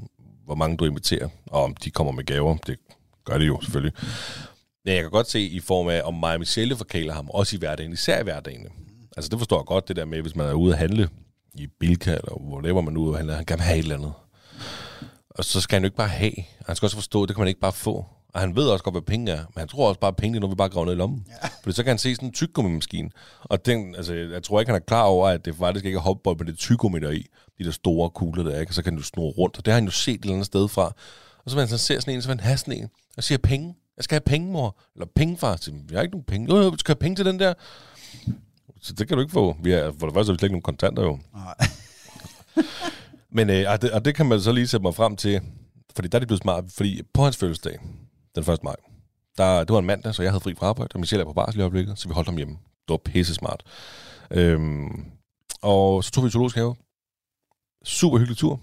hvor mange du inviterer, og om de kommer med gaver. Det gør det jo selvfølgelig. Ja, jeg kan godt se i form af, om mig og Michelle forkæler ham, også i hverdagen, især i hverdagen. Altså det forstår jeg godt, det der med, hvis man er ude at handle i Bilka, eller hvor laver man er ude at handle, han kan have et eller andet. Og så skal han jo ikke bare have. Og han skal også forstå, at det kan man ikke bare få. Og han ved også godt, hvad penge er. Men han tror også bare, at penge er noget, vi bare graver ned i lommen. Ja. Fordi så kan han se sådan en tyggegummi-maskine. Og den, altså, jeg tror ikke, han er klar over, at det faktisk ikke er hopbold, men det er tyggegummi, der er i. De der store kugler, der er, ikke? Og så kan du snurre rundt. Og det har han jo set et eller andet sted fra. Og så vil han så ser sådan en, så vil han have sådan en. Og siger, penge. Jeg skal have penge, mor. Eller penge, far. Så siger han, jeg har ikke nogen penge. Øh, du skal have penge til den der. Så det kan du ikke få. Vi er, for det første har vi slet ikke nogen kontanter jo. Men øh, og, det, og det kan man så lige sætte mig frem til, fordi der er det blevet smart, fordi på hans fødselsdag, den 1. maj, der, det var en mandag, så jeg havde fri fra arbejde, og Michelle er på barsel i øjeblikket, så vi holdt ham hjemme. Det var pisse smart. Øhm, og så tog vi i zoologisk have. Super hyggelig tur.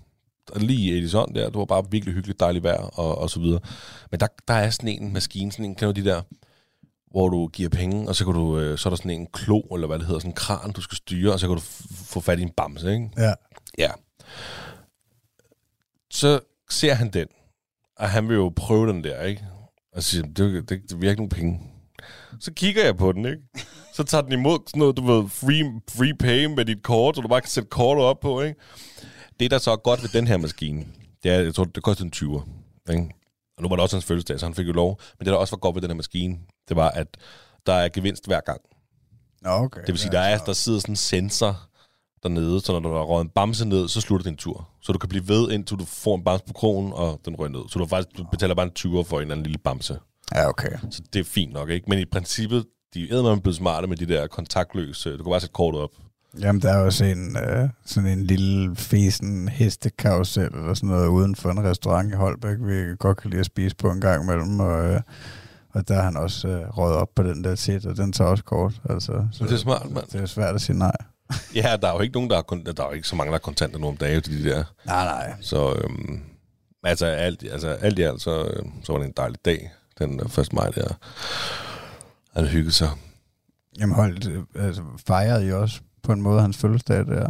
Og Lige i Edison der, det var bare virkelig hyggeligt, dejligt vejr og, og så videre. Men der, der er sådan en maskine, sådan en, kan du de der, hvor du giver penge, og så, kan du, øh, så er der sådan en klo, eller hvad det hedder, sådan en kran, du skal styre, og så kan du f- få fat i en bamse, ikke? Ja. Ja. Så ser han den, og han vil jo prøve den der, ikke? Og så siger, han, det, det, det, vi har ikke nogen penge. Så kigger jeg på den, ikke? Så tager den imod sådan noget, du ved, free, free pay med dit kort, så du bare kan sætte kortet op på, ikke? Det, der så er godt ved den her maskine, det er, jeg tror, det koster en 20'er, ikke? Og nu var det også hans fødselsdag, så han fik jo lov. Men det, der også var godt ved den her maskine, det var, at der er gevinst hver gang. Nå, okay. Det vil sige, der, er, der sidder sådan en sensor dernede, så når der er røget en bamse ned, så slutter din tur. Så du kan blive ved, indtil du får en bamse på krogen, og den rører ned. Så du, faktisk, du betaler bare en 20'er for en eller anden lille bamse. Ja, okay. Så det er fint nok, ikke? Men i princippet, de er man blevet smarte med de der kontaktløse. Du kan bare sætte kortet op. Jamen, der er også en, øh, sådan en lille fesen hestekarusel eller sådan noget uden for en restaurant i Holbæk, vi godt kan lide at spise på en gang imellem, og, øh, og der har han også øh, røget op på den der tit, og den tager også kort. Altså, så det er smart, mand. Det er svært at sige nej. Ja, der er jo ikke nogen, der er, kun, der er jo ikke så mange, der er kontanter nu om dagen til de der. Nej, nej. Så øhm, altså, alt, altså, alt i alt, så, øhm, så var det en dejlig dag, den 1. maj der. Han hyggede sig. Jamen, holdt, øh, altså, fejrede I også på en måde hans fødselsdag der?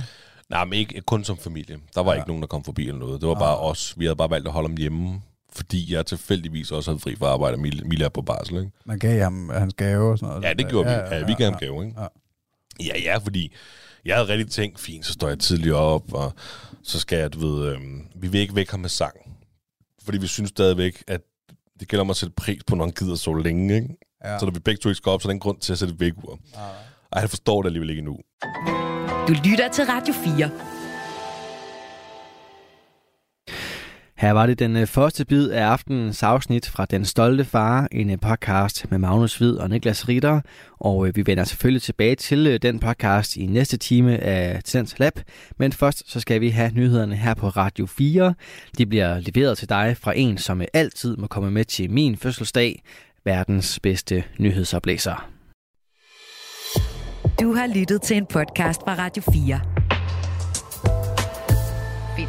Nej, men ikke kun som familie. Der var ja. Ah. ikke nogen, der kom forbi eller noget. Det var bare os. Vi havde bare valgt at holde ham hjemme, fordi jeg tilfældigvis også havde fri fra arbejde, og Mille Mille er på barsel, ikke? Man gav ham hans gave og sådan noget. Ja, det gjorde vi. Ja, vi gav ham gave, ikke? Ja, ja, fordi jeg havde rigtig tænkt, fint, så står jeg tidligere op, og så skal jeg, du ved, øh, vi vil ikke vække ham med sang. Fordi vi synes stadigvæk, at det gælder om at sætte pris på, når han gider så længe, ikke? Ja. Så når vi begge to ikke skal op, så er der en grund til at sætte et vækkeur. Ja. Ej, han forstår det alligevel ikke endnu. Du lytter til Radio 4. Her var det den øh, første bid af aftenens afsnit fra Den Stolte Far, en øh, podcast med Magnus Hvid og Niklas Ritter. Og øh, vi vender selvfølgelig tilbage til øh, den podcast i næste time af Tendens Lab. Men først så skal vi have nyhederne her på Radio 4. De bliver leveret til dig fra en, som øh, altid må komme med til min fødselsdag, verdens bedste nyhedsoplæser. Du har lyttet til en podcast fra Radio 4. Find